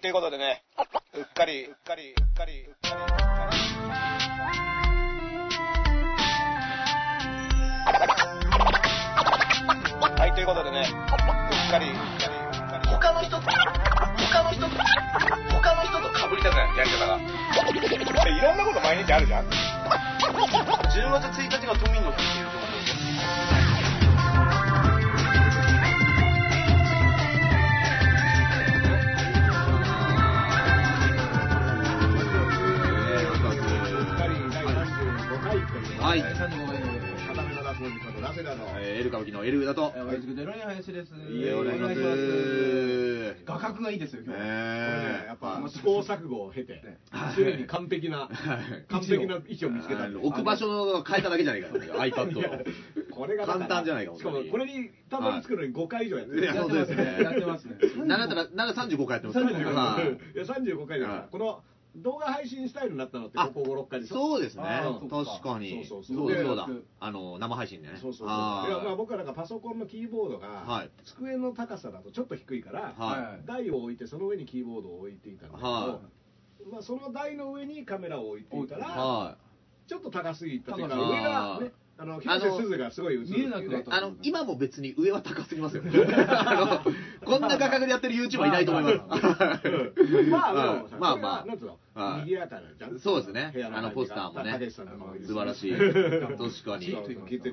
ということでね、うっかり、うっかり、うっかり、うっかり、うっかり。はい、ということでね、うっかり、うっかり、うっかり。他の人と、他の人と、他の人と被りたくない、やり方が。いろんなこと毎日あるじゃん。 10月1日が都民の日っていうところで。はい。ええー、エル歌舞伎のエルだと。ー、親父のロイ林です。いえお願いします画角がいいですよ、今日。えーややっっぱ、ぱ面試白いこ行うう錯誤を経て、はい常に完璧な、完璧な位置を見つけたあの 置く場所の変えただけじゃないかと思うよ iPad をこれがだら簡単じゃないかもしかも、これにたどり着くのに5回以上やってる。いやそうですねやってますね。 7から7 35回やってます35は回いいや35回だからはいこの動画配信スタイルになったのってあここ56回でしょそうですねあーそっか確かにそそううそうそうだそうでだあの生配信ねそうそうそういやあーまあ僕はなんかパソコンのキーボードはがい机の高さだとちょっと低いからは台を置いてその上にキーボードを置いていたんだけどはまあその台の上にカメラを置いていたいらはちょっと高すぎたというか高すぎ上があーねあの広瀬すずがすごい映るっていうね見えなくなっいたあの今も別に上は高すぎますよあのこんな画角でやってる YouTuber いないと思いますうん まあまあはいまあまあなんつうのはい賑やかなじゃんそうですね部屋のあの感ポじスタがーもねたけしさんとかもいるし素晴ら しい確かにそうそうゲットリターンと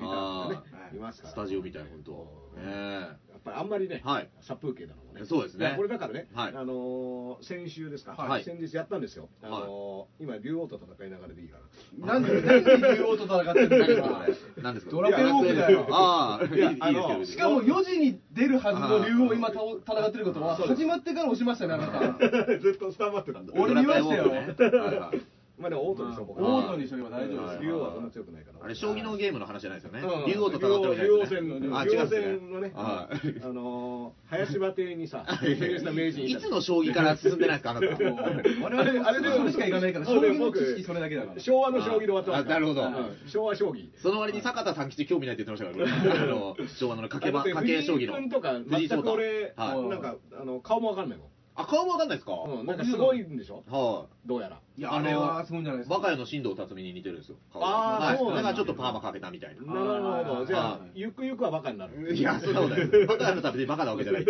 かねいますからスタジオみたい本当ええやっぱりあんまりね、はい殺風景なのもね。そうですねいやこれだからね、はいあのー先週ですか、はい先日やったんですよ。あはいのー今竜王と戦いながらでいいかなんで、なんで竜王と戦ってるん何だですよかこれ何ですかドラクエウォークだよああいいいやいいあのですしけかども4時に出るはずの竜王を今たお戦ってることは、そうです始まってから押しましたね、あなた。な。 ずっとスタンバってたんだ。俺に言わせてよドラクエウォークねはいはいまあでも王とにしとこうか王とにしとけば大丈夫はいです竜王はそんな強くないから。あれ、将棋のゲームの話じゃないですよねうん。竜王と戦ってるじゃない竜王ですよね戦のあね、竜違うん王ですね戦のね、はあいのー林馬亭 にさ、制限した名人いたつの将棋から進んでないですか、あなた。も う我々、あれでそれしかいかないから、将そうね棋の僕知識それだけだから。昭和の将棋で終わってますからあなるほどうん昭和将棋。その割に坂田さん吉興味ないって言ってましたから、あの昭和の賭けば賭け将棋藤井君のとか、藤井全聡く太俺、はいなんか、あの、顔もわかんないもん。あ、顔もわかんないですか。うん、なんかすごいんでしょはどうやら。いや、あれはすごいんじゃないい。ですか。我が家の進藤辰巳に似てるんですよ。顔あーはいそうなだんだからちょっとパーマかけたみたいな。なるほど。じゃあはい、ゆくゆくはバカになる。いや、そんなことないです。バカなのは別にバカなわけじゃない。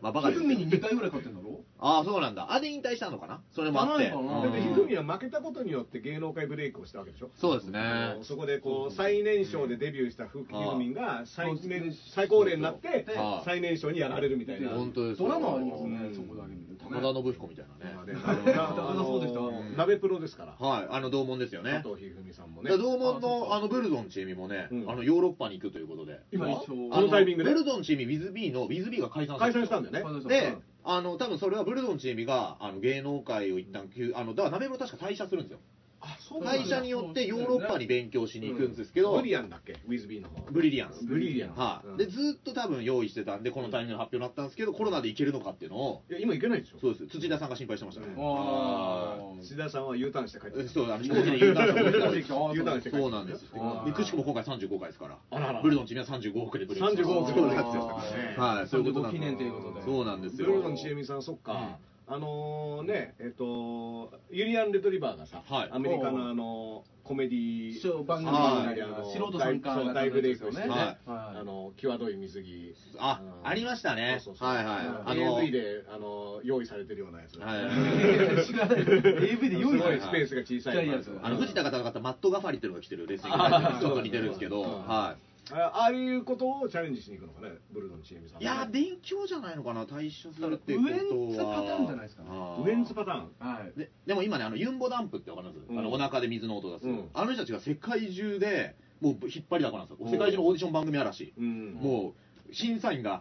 まあ、バカですひ。みに2回ぐらい勝ってんだろああ、そうなんだ。あれ引退したのかな。それもあっじてゃないのかだな。って、ひうんふみは負けたことによって芸能界ブレイクをしたわけでしょそうですあねの。そこでこう最年少でデビューしたふふみんが最そうです年ね最高齢になってはい最年少にやられるみたいな本当ですドよラマありますうんね、そこだけ見るとね高田信彦みたいなね。まあねなあのそうでした鍋プロですからはい、あの同門ですよね。佐藤ひふみさんもねね、同門あそうのかあのブルゾンチーミもね、うんあのヨーロッパに行くということで、今一応このタイミングであのブルゾンチーミ、ウィズビーのウィズビーが解散解散したんんだよねそうでで、あの多分それはブルゾンチーミがあの芸能界を一旦休あのだから鍋も確か退社するんですよ。あそなんだ退社によってヨーロッパに勉強しに行くんですけど、ブリアンだっけウィズビーの方ブリリアンス。ブリリアンはい、うんでずっと多分用意してたんでこのタイミングの発表になったんですけど、コロナで行けるのかっていうのを、いや今行けないでしょそうです土田さんが心配してましたね。うんあー土田さんは U ターンして帰ってきたそうあの飛行機で U ターンしたことですあ U ターンして帰ってきたそうなんです。あーでくしくも今回35回ですから。あららブルゾンチーミは35億でブレイクしました35億そでうブレイなクんしですましたよからねはい、そういうことな35の記念ということで。そうなんですよ。ブルゾンちえみさんそっかあのねえっとユリアン・レトリバーがさはいアメリカのあのコメディ一応番組はいであの素人参加そう型大ブレイクしてね、はいあの際どい水着あの、ありましたねそうそうそうはいはいああのの AV であの用意されてるようなやつ、はい。知ら ない。AV で用意すさごれいたスペースが小さいちっちゃいやつあの藤田が戦ったマット・ガファリっていうのが来てるレスリングあーがちょっと似てるんですけど、そうそうはあああいうことをチャレンジしに行くのかねブルドンチエミさんい。いやー、勉強じゃないのかな、対処するっていうことは。ウエンツパターンじゃないですかねあーウエンツパターンはい。ででも今ね、あのユンボダンプってわかります、うんあのお腹で水の音出す、うんあの人たちが世界中で、もう引っ張りだこなんですよ、世界中のオーディション番組あらし、うんもう審査員が、あ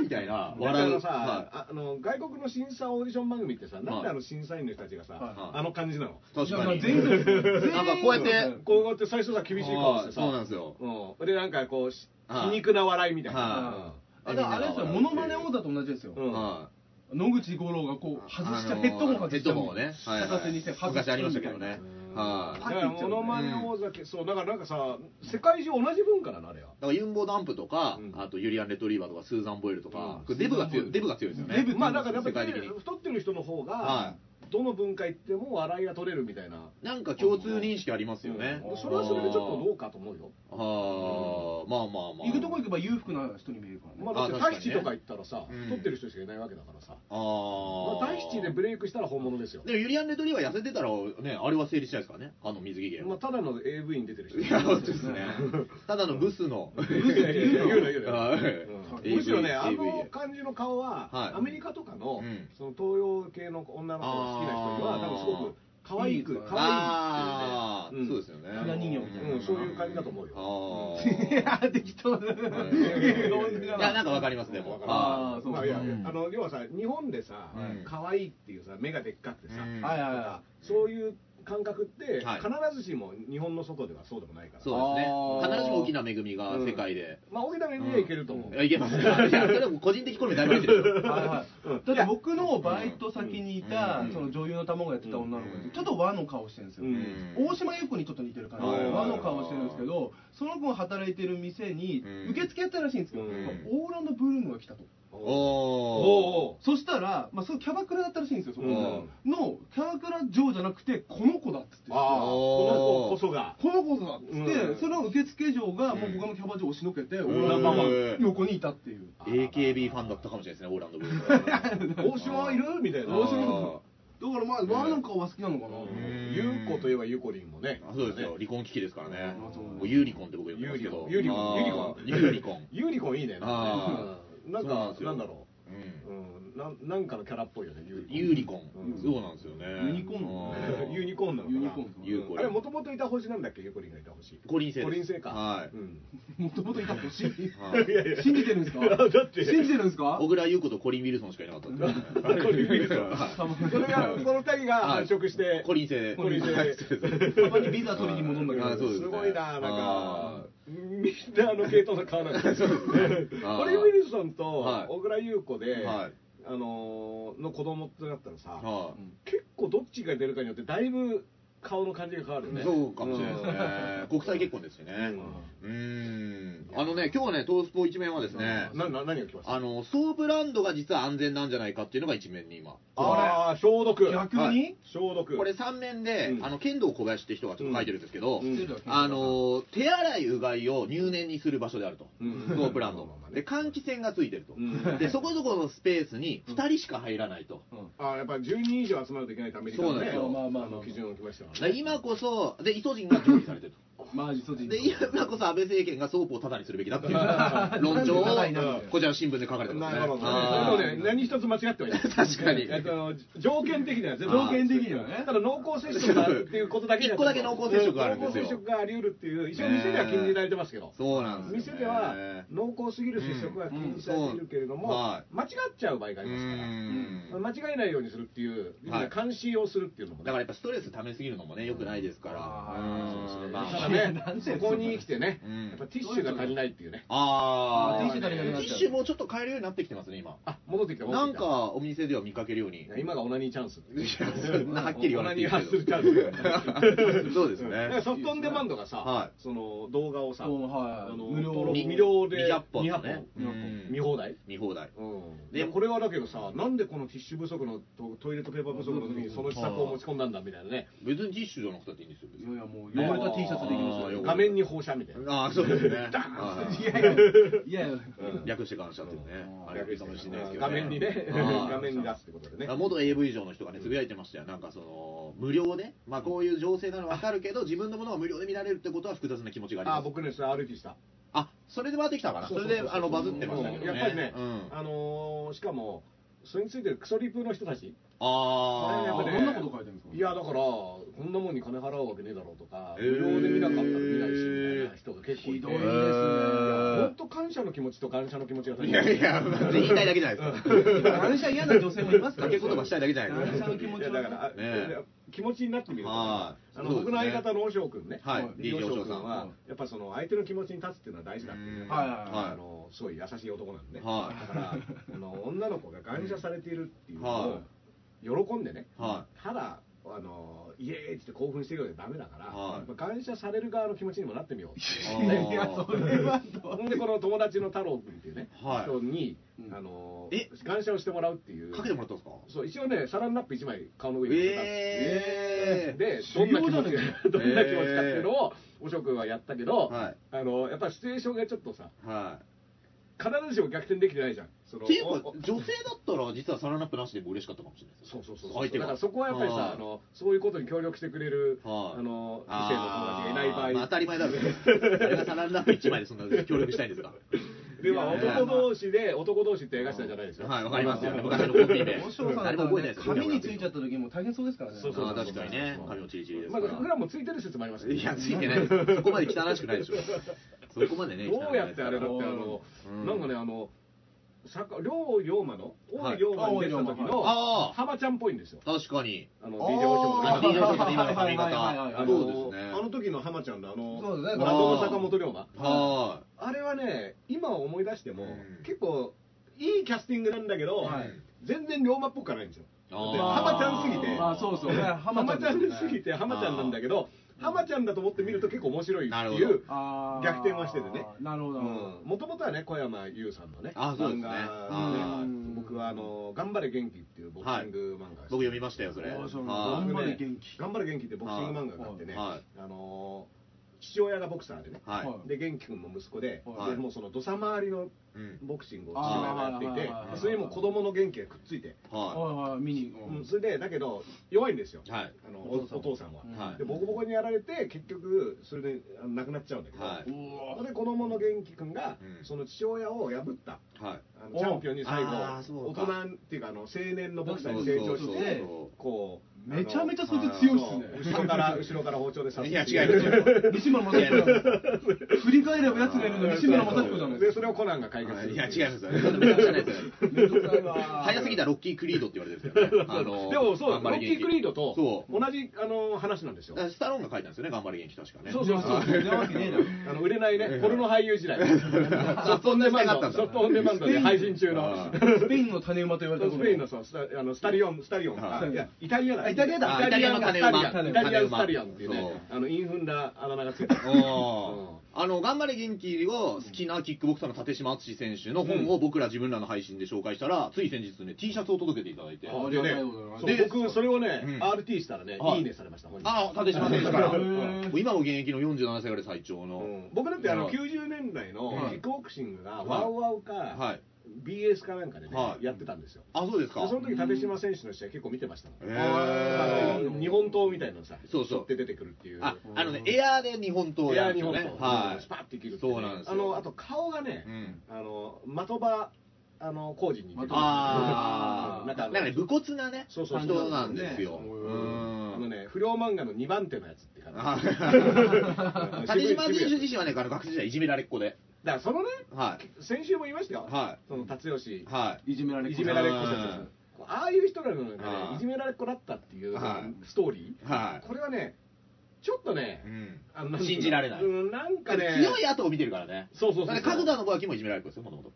ーみたいな、笑笑うう、さ、はああの外国の審査オーディション番組ってさなんであの審査員の人たちがさ、はいはいあの感じなのい、確かに。全然なんかこうやってこうやって最初さ厳しい顔してさそうなんですよ。うんでなんかこうし皮はい肉な笑いみたいな、はあだからあれですよ、モノマネ王座と同じですよ。うんは野口五郎がこう外したヘッドホンを外しヘたッドホンをねはいはい片手にして外昔すありましたけどねはだいからモノマネ王座け、そうだからなんかさ世界中同じ文化なのあれはだからユンボダンプとか、うんあとユリアン・レトリーバーとかスーザン・ボイルとか、うんデブが強いデブが強いですよねデブまあだからやっ世ぱ界り的に太ってる人の方はがどの文化行っても笑いが取れるみたいななんか共通認識ありますよね、うんそれはそれでちょっとどうかと思うよあーまあまあまあ行くとこ行けば裕福な人に見えるからね、まあだってあタ確かにねヒチとか行ったらさうん太ってる人しかいないわけだからさあまああタヒチでブレイクしたら本物ですよでもユリアン・レトリーバー痩せてたらねあれは成立しないですからねあの水着芸は、まあただの AV に出てる人いや本当です ねただのブスの言うな言うなはいうんむしろね、あ AV の感じの顔はいは、アメリカとかのうん、その東洋系の女の子が好きな人には、あー多分すごく可愛く、可あ愛ーいってそいうね。んうですよねひな人形みたいなうんそういう感じだと思うよあいや適当だなはいいあいやなんかわかりますでもわかるあーそうまあいやあうんの要はさ日本でさうん可愛いっていうさ目がでっかくてさうんとかそういう感覚ってはい必ずしも日本の外ではそうでもないからそうですねあー必ずしも大きな恵みが世界で、まあ大きな目にはいけると思ういやいけますいやそれはもう個人的好みだいぶ入ってるでしょはいはいだって僕のバイト先にいた、うんその女優の卵やってた女の子うんちょっと和の顔してるんですよ、うん大島優子にちょっと似てる感じ、はい和の顔してるんですけど、その子が働いてる店にうん受付やったらしいんですけど、うんオーランドブルームが来たと、おーおそしたら、まあ、そのキャバクラだったらしいんですよ、その子うのキャバクラ嬢じゃなくて、この子だっつって、ーああこの子こそがこの子だっつって、うんその受付嬢がもう他のキャバ嬢を押しのけて、オーランドブルームの横にいたっていう。 AKB ファンだったかもしれないですねオーランドブルー大島いるみたいな大ム島だからまあ、和の顔は好きなのかな、んゆうこといえばゆこりんもね。あそうですよ離婚危機ですからねあそうもうユーリコンって僕言ってゆまうすけりどこ。ゆうりこ。ゆあ。ーユーうりこリコ ンゆうりこいいね。あうんなんそうなんかで、すよなんだろうう。んうん、なん、なんかのキャラっぽいよね。ゆうりこユーリコン、うんそうなんですよねユニコーンあー ユニコーンなのかな。ユニコーンユーコリンあれ、もともといた星なんだっけ、ゆこりんがいた星。五輪星です五輪星か。はいうん。 もともといた欲しい。はいいやいや。信じてるんですか だって信じてるんですか小倉優子とコリン・ウィルソンしかいなかったんでコリンウィルソンたまそれ が、この二人が繁殖して。コリン星コリン星たまにビザ取りに戻んだけどあーそうですねごいな、なんあか、みんなあの系統の顔なんで すあよ。 ーコリン・ウィルソンとはい小倉優子で、はいあのーの子供ってなったらさ、は結構どっちが出るかによってだいぶ顔の感じが変わるよいねそうかもしれないですね国際結婚ですしねうーんあのね今日ねトースポ一面はですねうんなな何が来ましたあのソープランドが実は安全なんじゃないかっていうのが一面に今ああ消毒逆はに消毒これ3面で、うんあの剣道小林って人がちょっと書いてるんですけど、うんあの手洗いうがいを入念にする場所であると、うんソープランドまあまあねで換気扇がついてると、うんでそこそこのスペースに2人しか入らないと、あーやっぱり10人以上集まるといけないためにそうなんですよまあまあまあ基準を決めましたからでね今こそでイソジンが準備されてるとマジソジで今こそ安倍政権がソープをタダにするべきだっていう論調をなんでタダになるんだよこちらの新聞で書かれてますねなるほどあーねでもね何一つ間違ってはいない確かにえっと条件的には全部条件的にはねただ濃厚接触があるっていうことだけ一個だけ濃厚接触があるんですよ濃厚接触があり得るっていう一応店では禁じられてますけどそうなんです店よねでは濃厚すぎる接触は禁止されているけれども、うんうんはい間違っちゃう場合があうりますから、ーん間違えないようにするっていう、はい監視をするっていうのもだからね、やっぱストレス溜めすぎるのもねよくないですからあうーんだまあからいやねなんでそんそなこに来てね、うんやっぱティッシュが足りないっていうね、あああーティッシュ足りなくなっちゃうティッシュもちょっと買えるようになってきてますね今あ戻ってきた、戻なってんきたかお店では見かけるようにいや今がオナニーチャンス、いやそんなはっきり言わなく ていいですけどオナニーはするチャンスそうですだからねソフトオンデマンドがさ、はその動画をさ、うんはいあの無料登録に無料で200本200とね200本うん見放題。見放題うん、ででこれはだけどさ、なんでこのティッシュ不足のとトイレットペーパー不足の時にその施策を持ち込んだんだみたいなね、別にティッシュじゃなくたっていいんですよ別いやいにやもう汚れた T シャツでいきまあすーよ汚れ画面に放射みたいな、ああそうですね いはいやいやいやいや略して感謝っていうねあれがいいかもしれないですけど画面にね、はい画面に出すってことでね。元 AV 以上の人がねつぶやいてましたよ、なんかその無料で、まあ、こういう情勢なの分かるけど、自分のものが無料で見られるってことは複雑な気持ちがあります。あ、僕ね、それ歩きした。あそれではできたかな、そそうそうれそうであのバズってましたけどね、やっぱりね、うん、あのーしかも、それについてるクソリプの人たち、あー、やっこぱねんなこと書いてるんですかいや、だから、こんなもんに金払うわけねえだろうとか、へ無ー料で見なかったら見ないし、みたいな人が結構いひて、どいですへね本当、感謝の気持ちと感謝の気持ちが足りいなやいや、言いたいだけじゃないですか、今感謝嫌な女性もいますか掛らけ言葉したいだけじゃないです感か謝の気持ちいやだから、はあねえ気持ちになってみるとはあいそうでのすね僕の相方の和尚君ねはい和尚君うはんやっぱその相手の気持ちに立つっていうのは大事だっていううんのははいはいはいあのすごい優しい男なんでねだはいからあの女の子が感謝されているっていうのはを喜んでねはただあのイエーイって興奮してるようじゃダメだから、はいやっぱ感謝される側の気持ちにもなってみようっていういいやそれはどうほんでこの友達の太郎君っていうね、はい人に、うんあのえ感謝をしてもらうっていうかけてもらったんですかそう一応ねサランラップ1枚顔の上に乗せたんええですよでどんな気持ち、修行だねどんな気持ちかっていうのをおしょくんはやったけど、はいあのやっぱりシチュエーションがちょっとさは必ずしも逆転できてないじゃんそいのっていうかお女お性だったら実はサランラップなしでも嬉しかったかもしれないですそうそうそう相手がだからそこはやっぱりさあのそういうことに協力してくれる、はいあの異あ性の友達がいない場合ーまあ当たり前だろあれがサランラップ1枚でそんな協力したいんですかではね男同士で男同士って映画したんじゃないですよ。はいわかりますよ昔のコンビで大城さん誰も覚えないですよ髪についちゃった時も大変そうですからね。そうそうあー確かにね髪のチリチリですまかあら僕らもついてる説もありますけどいやついて ないですそこまで汚らしくないでしょそこまでねどうやってあれだってあ汚のうんなんかねあの坂両龍馬の大井龍馬に出てた時のあ浜ちゃんっぽいんですよ。あ確かにあのあー DJ おあ嬢のあ DJ の今のは髪いはいはいはあい型そのうですねあの時の浜ちゃんのあのそうですねあの坂本龍馬はあれはね今思い出してもうん結構いいキャスティングなんだけどはい全然龍馬っぽくはないんですよ。いだって浜ちゃんすぎてあーそうそうね浜浜ちちゃゃんんでですすぎぎて浜ちゃんなんだけど浜ちゃんだと思って見ると結構面白いってなるほいうあー逆転はしててねなるほど。もともとはね小山優さんのねあそうですね漫画うねん僕はあの「頑張れ元気」っていうボクシング漫画が好僕き読みましたよそれ大城さんは頑張れ僕ね元気頑張れ元気ってボクシング漫画があってねはいあの父親がボクサーでねいはいはいで元気君も息子ではいでもうその土佐回りのうんボクシングを父親がやっていてあーでそれにも子供の元気がくっついてははいはい見に行こううんそれでだけど弱いんですよいはいあのおお父さんはうんはいでボコボコにやられて結局それであの亡くなっちゃうんだけど、はういおそれで子供の元気君が、うんその父親を破ったはいあおのチャンピオンに最後あーそうか大人っていうかあの青年のボクサーにそう成そうそ長うし成長しててこうめちゃめちゃゃそいつ強いっすね。後ろから後ろから包丁で刺いすや違いますよ西村正彦だ。振り返れば奴がいるのは西村正彦じゃないでですそれをコナンが解決するいや違いますよめちゃくちゃないですよか。めんどくさいわ早すぎたロッキー・クリードって言われてるんですよね。あのでもそうロ頑張れッキー・クリードとそ同うじあの話なんですよだからスタローンが書いたんですよね、頑張れ元気確かね。そうそうそういやそんなわけねえだろ。あの売れないね、ポルノ俳優時代、ソフトオンデマそんな時代ンがあったんド、だソフトオンデマンドで配信中の、あスペインの種馬と言われたスペインのそうスタあのスタリオン、スタリオン、はいあいやイタリアだ、イタリアだイタリアあのイタスリタアのリアン、イタリアンスタリアンっていうそうね、あのインフンだあだ名がついてる。おーあの、頑張れ元気を好きなキックボクサーの立島敦選手の本を僕ら自分らの配信で紹介したら、つい先日ね、T シャツを届けていただいて、あでねありがたいことだな、そう僕それをねう、ん RT したらね、はいいいねされました。本人あ立島選手から、へー今も現役の47歳ぐらい最長うの、ん僕だってあのはい90年代のはいキックボクシングがはいワウワウはかい。 BS かなんかでねはいやってたんですよ。あ、そうですでか。その時立島選手の試合結構見てましたもん。へあーの日本刀みたいなのさ、そうそう取って出てくるっていう。あ、あのね、エアーで日本刀エやアるん日ですよね。本刀、はいス。パッて切る。そうなんですよあのあと顔がねう、んあの的場あの工事に似てる。あー、ななんんかあかのね、武骨なね、そ人うそうなんですよ。ねうんあのね不良漫画の二番手のやつって感じ。あ うん立島選手渋自身はね、あの学生時代いじめられっ子で、だからそのね、はい、先週も言いましたよ。はその辰吉、はいじめられいっ子じめられっ子説うんこうああいう人らの中ではいいじめられっ子だったっていうはいストーリい、はー。これはね、ちょっとねい、う、ん。あのなんてうの信じられないうんなんかね、強い後を見てるからね。そうそうだそっうて角田信明もいじめられっ子ですよ、もともと。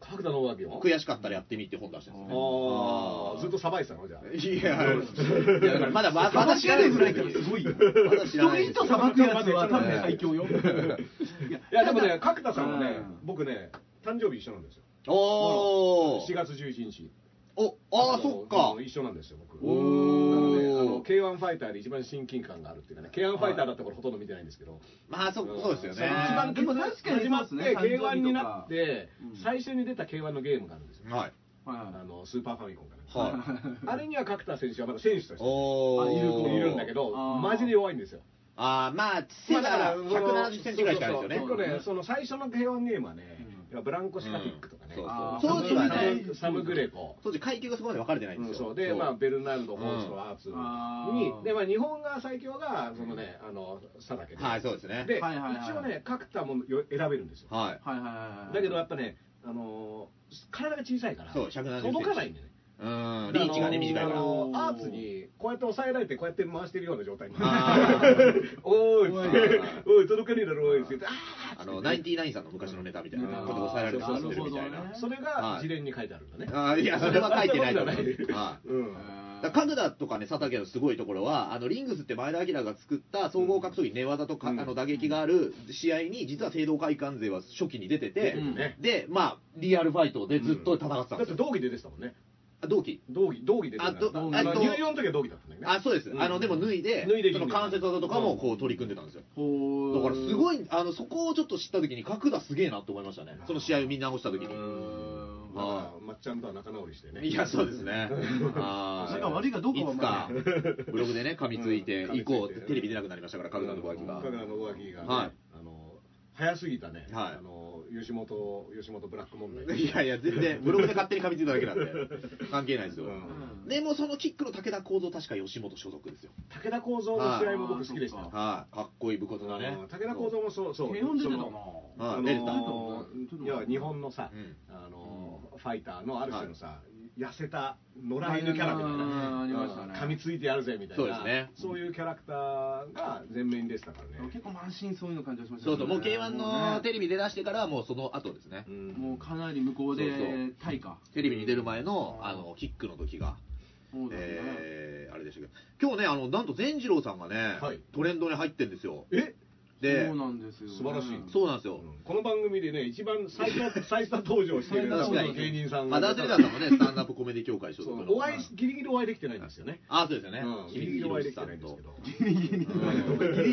角田のわけよ。悔しかったらやってみって本出してるんですよね。ああ、ずっとさばいてたのじゃあ。いや、いやだからまだままだ知らないぐらいからすごいよ。まだ知らそないれで以すよ上さばくやつは多分最強いよ。や、でもね、角田さんはねうん、僕ね、誕生日一緒なんですよ。お4ー。月11日。お、あー、そっかうん。一緒なんですよ、僕。おなので、あーの、。K1 ファイターで一番親近感があるっていうかね、K1 ファイターだった頃ほとんど見てないんですけど、まあ、そ、そうですよそうね。一番でも確かに始まって、そうですね K1 になってうん、最初に出た K1 のゲームがあるんですよ。はい。あはの、スーパーファミコンかはな。い。あれには角田選手はまだ選手としておあいる子いるんだけど、あーマジで弱いんですよ。あーまあ、背が170センチぐらいしかないですよねそうそうそう。結構ね、その最初の K1 ゲームはね、ブランコシカティックとかね、うんあーそうそう当時はね、サムグレコ、当時階級がそこまで分かれてないんうでんすよ。そうで、まあ、ベルナルド、ホースうト、んアーツあにー、で、まあ、日本が最強が、そのね、あの、佐竹で。はい、そうですね。で、はいはいはい一応ね、角田もよ選べるんですよ。はいい。はいはいはい。だけど、やっぱね、あのー体が小さいから、そう170届かないんだよね。うん、リーチがね、短いから。ああのアーツにこうやって抑えられてこうやって回してるような状態にあ おいおい おい届かねえだろおいって言ってああの、ナインティナインさんの昔のネタみたいなうんことで抑えられてそうしまそうってそるうみたいな。あーーそれはがい事例に書いてあるんだねあーいや、それは書いてない と思います。はいうんだから神楽とかね、佐竹のすごいところは、あのリングスって前田明が作った総合格闘技寝技とか、うんあの打撃がある試合に、実は聖堂会館勢は初期に出てて、うんねで、まあ、リアルファイトでずっと戦ってたんでだっすてよ。同期で出てたもんねあ同期同期同期で出てたあどまああど入寮の時は同期だったんだよねあ、そうです。うんあの、でも脱いで、脱いでその関節技とかもこう取り組んでたんですよ。だからすいごい、あの、そこをちょっと知った時に、角田すげえなって思いましたね。その試合をみんなした時に。まあまっちゃんとは仲直りしてねいや、そうですね。なあんーか悪いかどうかはまあいつか、ブログでね、噛みついて、うん以降、噛みついてテレビ出なくなりましたから、角田の小明が。神楽の上着がね、はいあの早すぎたね、はいあの吉本吉本ブラック問題いやいや、全然、ブログで勝手に噛みついただけなんで、関係ないですよ。うんでも、そのキックの武田幸三、確か吉本所属ですよ。武田幸三の試合も僕好きでしたあよーはい、かっこいい武骨なねうん。武田幸三もそうそう軽音出てたそかのなはいあ出てたのいや日本のさ、うんあのファイターのある種のさ、痩せた野良犬キャラみたいうんなありましうたんね噛みついてやるぜみたいなそうですねそういうキャラクターが前面に出てたからね結構満身創痍の感じがしましたそようねそう、もう K1 のテねレビ出だしてから、もうその後ですねう。んもうかなり向こうそうそうで対価テレビに出る前の、あの、キックの時が。そうだねえーあれでしたけど今日ねあのなんと善次郎さんがね、はいトレンドに入ってんですよえでそうなんですよね素晴らしいそうなんですよ、うんこの番組でね、一番最 初、最初登場してる確かに芸人さんまあ、ダーテリダーさんもねスタンダップコメディ協会所そ属うのお会いし、ギリギリお会いできてないんですよね。あそうですよね、うんギリギリお会いできてないんですけど。ギリギリギリ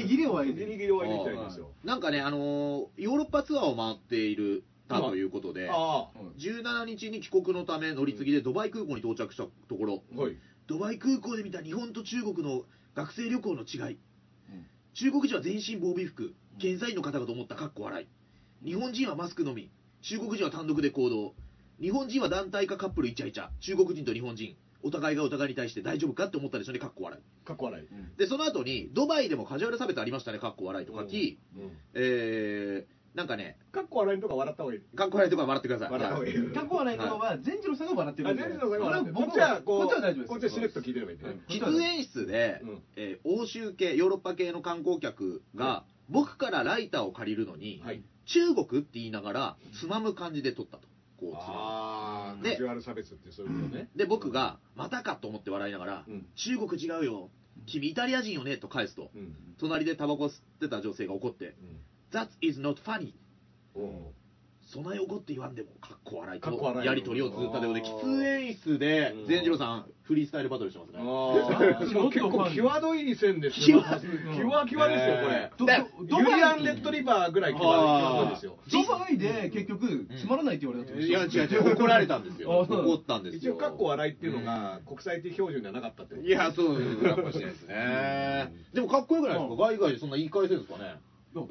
ギリお会いギでリギリお会いできてないんですよ。なんかねあのーヨーロッパツアーを回っているたということで、あ17日に帰国のため乗り継ぎでドバイ空港に到着したところ、あ、はい。ドバイ空港で見た日本と中国の学生旅行の違い、うん中国人は全身防備服検査員の方かと思ったかっこ笑い日本人はマスクのみ中国人は単独で行動日本人は団体かカップルイチャイチャ中国人と日本人お互いがお互いに対して大丈夫かって思ったでしょうねかっこ笑かっこ笑い。いでその後にドバイでもカジュアル差別ありましたねかっこ笑いとかき、うんえー、なんかねかっこ笑いのとか笑った方がいい。かっこ笑いとか笑ってください笑った方がいい。過去はないのは善次郎さんが笑ってるあ、んで全然の笑ってるこれこっは僕ちははこう、こっちは大丈夫ですこっちはしれっと聞いてればいいんだよね。うん聞く演出で、うんえー欧州系ヨーロッパ系の観光客が、僕からライターを借りるのに、はい。中国って言いながらつまむ感じで撮ったとこうつまああ、でカジュアル差別ってそういうことね。むで僕が「またか」と思って笑いながら「うん中国違うよ君イタリア人よね」と返すとうん。隣でタバコ吸ってた女性が怒って「That is not funny うんおう」そない怒って言わんでもかっこ笑いかっこと笑いやり取りを綴ったようであ喫ー煙室でうん善次郎さんフリースタイルバトルしてますねああ、で も結構際どい線ですよ。際際際ですよ、これ。どだどユリアン・レッドリバーぐらい際どいですよ。ドバイで結局つまらないって言われたってこといや違う違う怒られたんですよあそう怒ったんです一よ応、かっこ笑いっていうのが国際的標準ではなかったってこといや、そうかもしれないですね。でもかっこよくないですか、うん外外でそんな言い返せるんですかね。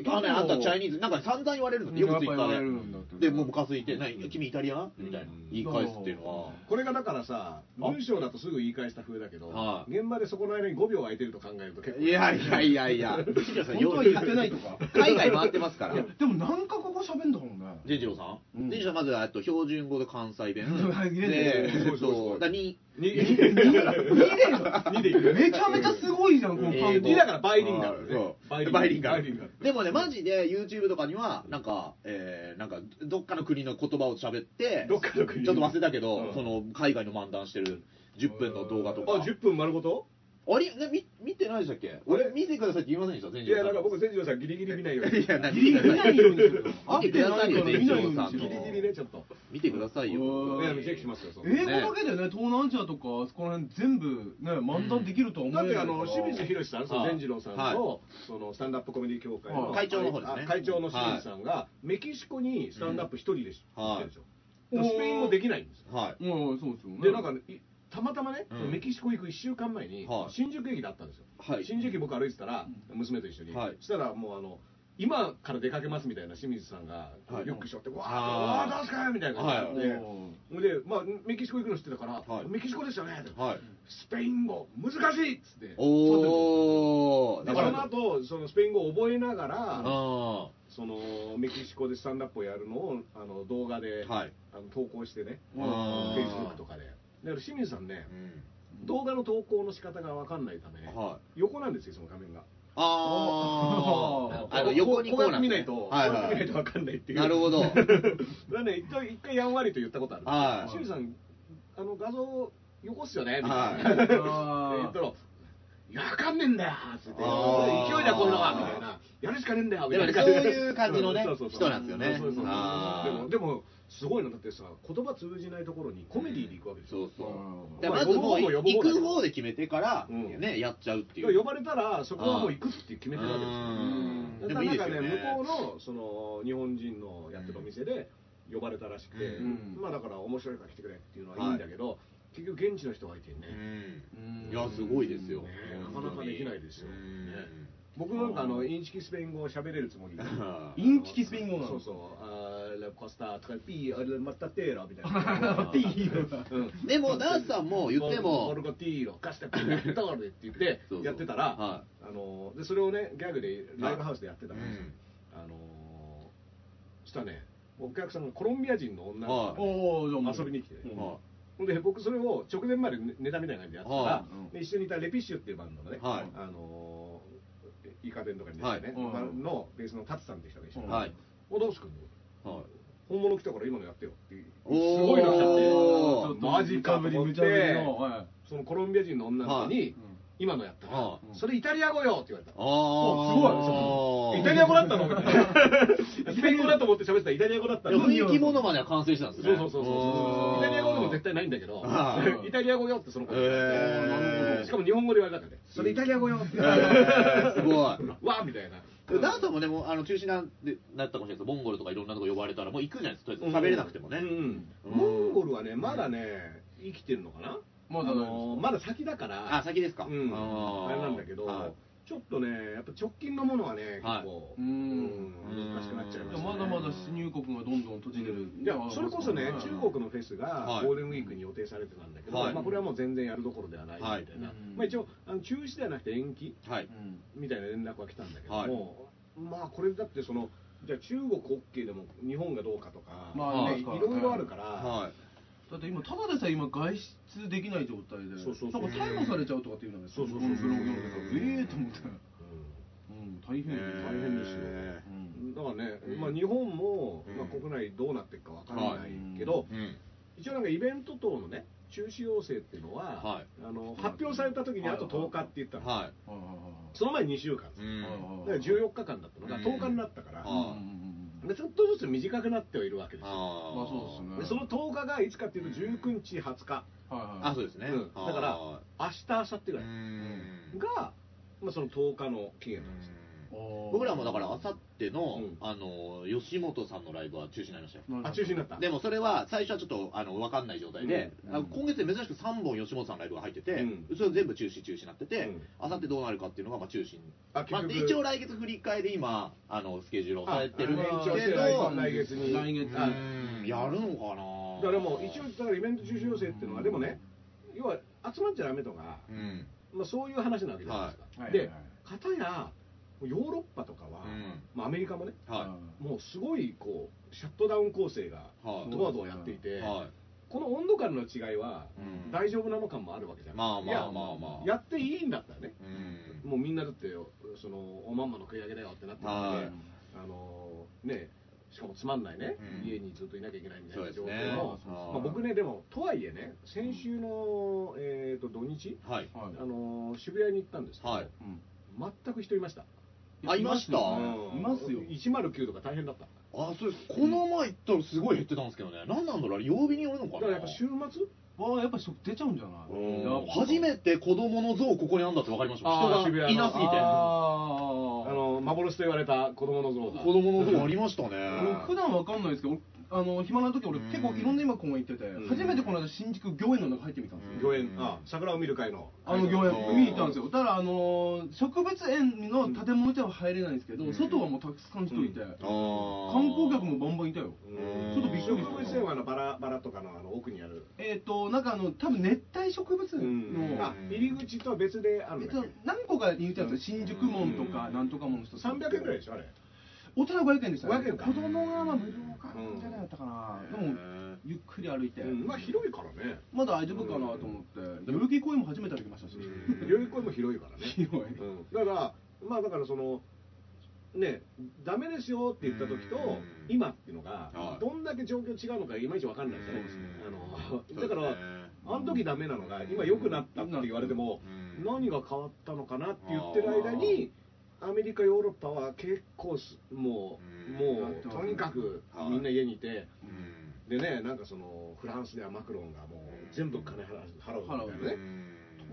あね、あんたチャイニーズ、なんか散々言われるの、よくツイッターで。で、もうムカついて、なに君イタリアみたいなうん。言い返すっていうのは。これがだからさ、文章だとすぐ言い返した風だけどは、い現場でそこの間に5秒空いてると考えると結構。いやいやいやいや、本当は言ってないとか海外回ってますから。でも何かここ喋んだもんねジ次郎さうんんジ次郎さん、まず、えっと、標準語で関西弁。はい入れてで、えっそうそうそと、うだに、 2 2でいく。めちゃめちゃすごいじゃんこの英語2だからバイリンガルあねそ。うバイリンガバイル。リンガバイリンガルルでもね、マジで YouTube とかには、なんか、えーなんか、どっかの国の言葉を喋って、どっかの国ちょっと忘れたけど、うんその海外の漫談してる10分の動画とか。あ、10分丸ごとあれね、み見てないでしたっけ俺、見てくださいって言いませんでした、全い治郎や、さだんから僕、千次郎さんギリギリ 見ないように。いや、なギリギリ見ないよ うにする見てくださいよ、全治郎さん見ギリないようにしろギの。リね、ちょっと。見てくださいよ。うんいや、チェックしますよ、その英語だけでね東南アジアとかあそこら辺全部ね漫談できるとは思だえっないてあの清水宏さん、そのはい善次郎さんと、はいそのスタンダップコメディ協会のは会い長の方ですねあ会長の清水さんが、メキシコにスタンダップ一人でし、うん行ってるでしょ。だからスペイン語できないんですよ。はうんそうですよねでなんかいたまたまね、うんメキシコ行く1週間前に、はい新宿駅だったんですよ、はい新宿駅僕歩いてたら、娘と一緒に、はいそしたらもうあの今から出かけますみたいな清水さんが、こうリュックしょってわあーーわー出すかよみたいな感じで、はいほいでまあ、メキシコ行くの知ってたから、はいメキシコですよね、い。はい。スペイン語難しいっつっておー、だでそから、のあ後そのスペイン語を覚えながら、あそのメキシコでスタンダップをやるのをあの動画で、ー、はい。あの投稿してね、うフんェイスブックとかで。だから清水さんねう、ん動画の投稿の仕方が分かんないため、は横なんですよ、その画面が。あーあの横にここううやなっんて見ですねないと、こうはいはいやって見ないと分かんないっていう。なる ほどだね、一回一回やんわりと言ったことある。はい清水さん、あの画像よこすよねみたいな。は いって言あったら。いやわかんねえんだよっつってあー勢いだこんなはみたいなやるしかねえんだよみたいなでもねそういう感じのねそうそうそう人なんですよねそうそうそうあでーもでもすごいのだってさ言葉通じないところにコメディーでいくわけですよ、そうそうーだかまだかららまずずももうう呼ぶ方だ行く方で決めてから、うんね、やっちゃうっていだからう呼ばれたらそこはもう行くって決めてるわけですようんでたもだいいなですんかよね、ね向こうのその日本人のやってるお店で呼ばれたらしくて、うんまあだから面白いから来てくれっていうのはいいんだけど、結局現地の人相手にうね、んーいやすごいですよねなかなかできないですよ、うねん僕なんかあのインチキスペイン語を喋れるつもりでインチキスペイン語なのそうそうあーラブコスタとかピーあれまたテーラみたいあ なピーうんでもダンスさんも言ってポもルコティーロ、カスタピッターレって言ってそうそうやってたら、はあのでそれをね、ギャグでライブハウスでやってたんですようんあのそしたらね、お客さんがコロンビア人の女のは子おおじゃあがもねう遊びに来て、うんはほんで僕、それを直前までネタみたいな感じでやってたらは、いうんで一緒にいたレピッシュっていうバンドのね、はいあのイカ伝とかに出てね、はいバンドのベースのタツさんって人が一緒に、うんはいおどうすくんのはい本物来たから今のやってよっていう、すおーごいの来たって。おーちょっとマジか無茶ぶり無茶ぶりのはいそのコロンビア人の女の子に、は今のやったら、はあそれイタリア語よって言われた。あイータリア語だったの イタリア語だと思って喋ってたらイタリア語だったいやの。そう雰囲気ものまでは完成したんですそうねそうそうそう。イタリア語でも対絶対ないんだけどあ、ーイタリア語よってその子に言われへてーしかも日本語で言われたんで、それイタリア語よって。すごい わーみたいな。ダンスさんもねもうあの中止なんでなったかもしれないですけどモンゴルとかいろんなとこ呼ばれたらもう行くじゃないですかとりあえず喋れなくてもね、うんうんうんモンゴルはね、まだね、生きてるのかなまだあ大丈の夫まだ先だから。あ先ですか、うん、あーあれなんだけど、はいちょっとね、やっぱ直近のものはね、結構、はいううんん難しくなっちゃいまですもまだまだ出入国がどんどん閉じてるいやそれこそね、はい中国のフェスがはいゴールデンウィークに予定されてたんだけど、はいまあ、これはもう全然やるどころではないみたいな、はいまあ、一応あの、中止ではなくて延期はいうんみたいな連絡は来たんだけども、まあこれだってその、じゃあ中国 OK でも日本がどうかとか、まあね、いねろいろあるから、はいだって今ただでさえ今外出できない状態でそうそうそうなんか逮捕されちゃうとかっていうのがそうそうそうこのブログ読んでさうんええと思ってううん大変大変ですよえうんんだからね、うんまあ、日本も、うんまあ、国内どうなっていくかわからないけど、ーうん一応なんかイベント等のね中止要請っていうのは、はあの発表された時にあと10日って言ったの、はあその前に2週間いです、んあだから14日間だったのがうん10日になったから、あでちょっとずつ短くなってはいるわけですよあまあそうですねでその10日がいつかっていうと19日20日ああそううですね、うんだからは明日明後日いぐらいが、まあ、その10日の期限なんですよ僕らもだからあさっての、うんあの吉本さんのライブは中止になりましたよあ中止になったでもそれは最初はちょっとあの分かんない状態で、うんあの今月で珍しく3本吉本さんのライブが入ってて、うんそれ全部中止中止になってて、うんあさってどうなるかっていうのがまあ中止に、あまあ、で一応来月振り替えで今あのスケジュールを抑えてるああのけど延長して来月に来う月んあやるのかだなからもう一応だからイベント中止要請っていうのはでもね要は集まっちゃダメとか、うんまあ、そういう話なわけじゃないですか、はいで、はいはい片やヨーロッパとかは、うんまあ、アメリカもねはもうすごいこうシャットダウン構成がいはドアドアやっていいて、はこの温度感の違いはいう、ん大丈夫なの感もあるわけじゃん、まあまあいやまあまあやっていいんだったらねうんもうみんなだってそのおまんまの食い上げだよってなってるので、はいあのねしかもつまんないね、うん家にずっといなきゃいけないみたいそうなです状ね況の、そうそうまあ、僕ねでもとはいえね先週の、えー、と土日、はいはいあの渋谷に行ったんですけど、はいうん全く人いましたいやあいましたいあますよねいますよ109とか大変だったあそうですこの前行ったらすごい減ってたんですけどね何なんだろうあれ曜日によるのだかかならやっぱ週末わあやっぱ食出ちゃうんじゃなうんいやっぱ初めて子供の像ここにあんだって分かりましたあー人がいなすぎてあああの幻と言われた子供の像が子供の像ありましたね僕普段わかんないですけど俺あの暇な時俺結構いろんな今公園行っててん初めてこの間新宿御苑の中入ってみたんですよ御苑あ桜を見る会のあの御う苑ん見に行ったんですよだからあの植物園の建物では入れないんですけど、うん外はもうたくさん人いて、あ観光客もバンバンいたようんちょっとびっくりした植物園はあのバラバラとかのあの奥にある、えっ、となんかあの多分熱帯植物んの、あ入り口とは別であるえんっだっとけ何個か言うてあるんですよ新宿門とかうんなんとか門の人300円ぐらいでしょょあれ大人500円でした、 500円か子供がまあ無料かなんじゃなかったかな、でもゆっくり歩いて、うんまあ広いからねまだ大丈夫かなと思って、代々木公園も初めて歩きましたし、代々木公園も広いからね 広いうんだからまあだからそのねダメですよって言った時とうん今っていうのがはいどんだけ状況違うのかいまいちわかんないですねうんあのだからあの時ダメなのが今良くなったって言われてもうん何が変わったのかなって言ってる間にアメリカヨーロッパは結構すもううんもうとにかくはいみんな家にいて、うんでね、なんかそのフランスではマクロンがもう全部金払う払うみたいな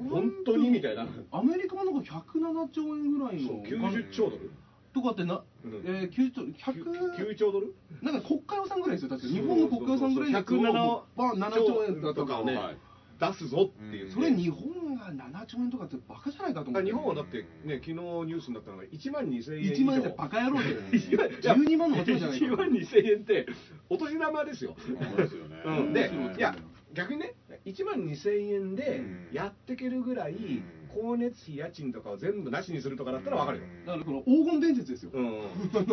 うんね、本当にみたいな、アメリカはなんか107兆円ぐらいそのうお金90兆ドル、とかってな、うんえー、90兆100 9兆ドル、なんか国家予算ぐらいですよだって日本の国家予算ぐらいのやつをそうそうバン7兆円だととかかををね、ね、はい出すぞっていう、うんそれ日本が7兆円とかってバカじゃないかと思あって日本はだってね、昨日ニュースになったのが1万2000円以上、 1万円でバカ野郎でいやいや12万の間違いじゃないか1万2000円って、お年玉ですよ。そうですよねうん、 でうん、いや、逆にね、1万2000円でうんやってけるぐらいん、光熱費、家賃とかを全部なしにするとかだったら分かるよ。だからこの黄金伝説ですよ、うん、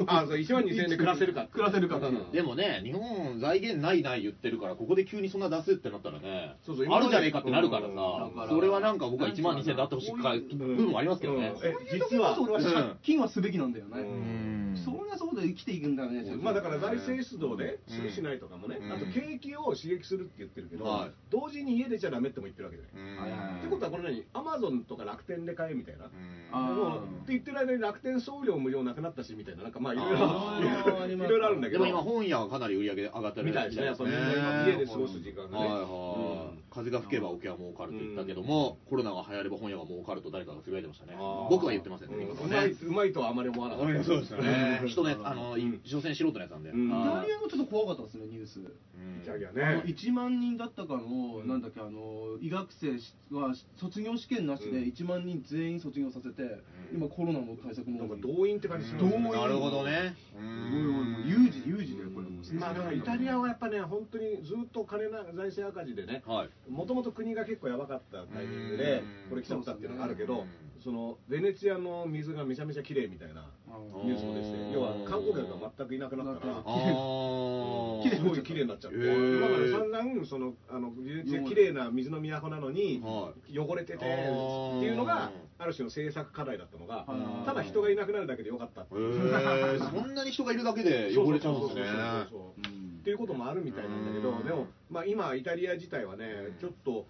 あそう1万2000円で暮らせるか暮らせるかっていううんでもね、日本財源ないない言ってるから、ここで急にそんな出すってなったらね、そうそうあるじゃねえかってなるからさうんだか、らそれはなんか僕は1万2000円であってほしいかうん部分もありますけどね。うんえ実はそういう時こそ俺は借金はすべきなんだよね、うんそれがそうで生きていくんだね、まあだから財政出動でうんするしないとかもね、うんあと景気を刺激するって言ってるけど、はい同時に家出ちゃダメっても言ってるわけじゃない、うんってことはこれ何アマゾンとか楽天で買えみたいな、うんあーもうって言ってる間に楽天送料無料なくなったしみたいななんかまあいろいあーろいろいろあるんだけでども今本屋はかなり売り上げ上がってるみたいですねやっぱみんな今家で過ごす時間がね、はいはい、風が吹けば桶は儲かると言ったけども、コロナが流行れば本屋が儲かると誰かがつぶやいてましたねあー僕は言ってませんね、うん今うのまいねうまいとはあまり思わなかったそうですよね 人のやつあの、うん所詮素人のやつなんで、うんイタあリアもちょっと怖かったですね、ニュース。うんイタリアあねの1万人だったかの、うんなんだっけ、あの医学生は卒業試験なしでうん1万人全員卒業させて、今、コロナの対策なもんか動員って感じします動ねー員なるほどねうん有事、有事だよ、これもう。まあだからイタリアはやっぱね、本当にずっと金な財政赤字でね、はいもともと国が結構やばかったタイミングでうん、これ来ちゃったっていうのがあるけど、うんそのベネチアの水がめちゃめちゃ綺麗みたいなあのニュースもですうねん、要は観光客が全くいなくなったからあ。ーすごい綺麗になっちゃって、へーだから散々そのあのベネチア綺麗な水の都なのには汚れててってあーいうのがある種の政策課題だったのがあーただ人がいなくなるだけでよかったってへいうーそんなに人がいるだけで汚れちゃうんですねそうそうそうそううんっていうこともあるみたいなんだけど、うんでも、まあ、今、イタリア自体はね、ちょっと、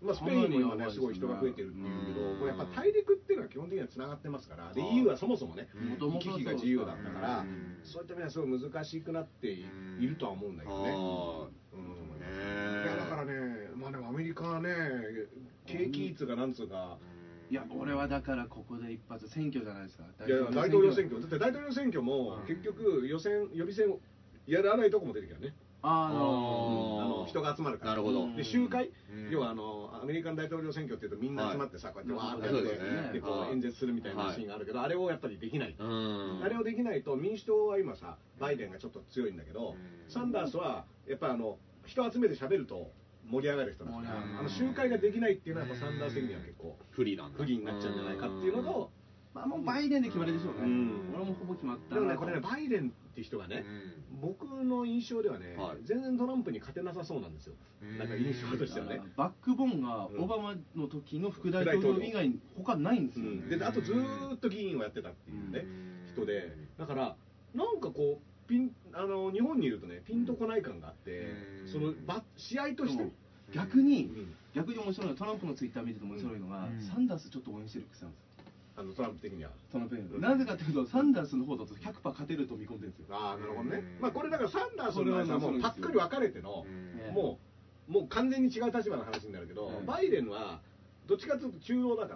まあ、スペインも今ね、すごい人が増えてるっていうけうどん、これやっぱ大陸っていうのは基本的にはつながってますから、であー EU はそもそもね、元行々き来が自由だったから、うんそういった面はすごい難しくなっていうんいるとは思うんだけどね。はうんいねいやだからね、まあ、でもアメリカはね、景気いつうかなんつうか、いや、俺はだからここで一発、選挙じゃないですか、いや大統領選挙、だって大統領選挙もうん結局、予選、予備選をやらないとこも出てきたよね、あーあなるほあーの人が集まるから。なるほどで集会、うん要はあのアメリカン大統領選挙っていうとみんな集まってさ、こうやってわーってそやうっでてすねでこはいう演説するみたいなシーンがあるけど、あれをやっぱりできない、うんあれをできないと民主党は今さバイデンがちょっと強いんだけど、うんサンダースはやっぱあの人集めて喋ると盛り上がる人だか盛り上らがあるの集会ができないっていうのはやっぱサンダース的には結構不利なんだ不利になっちゃうんじゃないかっていうのと、ど、まあ、もうバイデンで決まりでしょうね、うん俺はもうほぼ決まったでもねなこれねバイデンって人がね、僕の印象ではね、はい全然トランプに勝てなさそうなんですよ、なんか印象としてはね。バックボーンがオバマの時の副大統領以外に他ないんですよね、うんであとずーっと議員をやってたっていうね、人でだからなんかこうピンあの日本にいるとねピンとこない感があってうんそのば試合としてでも逆に、うん逆に面白いのはトランプのツイッター見てて面白いのが、うんサンダースちょっと応援してる癖なんですよあのトランプ的にはトランプよりうんなぜかというとサンダースの方だと100%勝てると見込んでるんですよああなるほどねうんまあこれだからサンダースの話はもうぱっくり分かれてのうんもうもう完全に違う立場の話になるけどうんバイデンはどっちかというと中央だか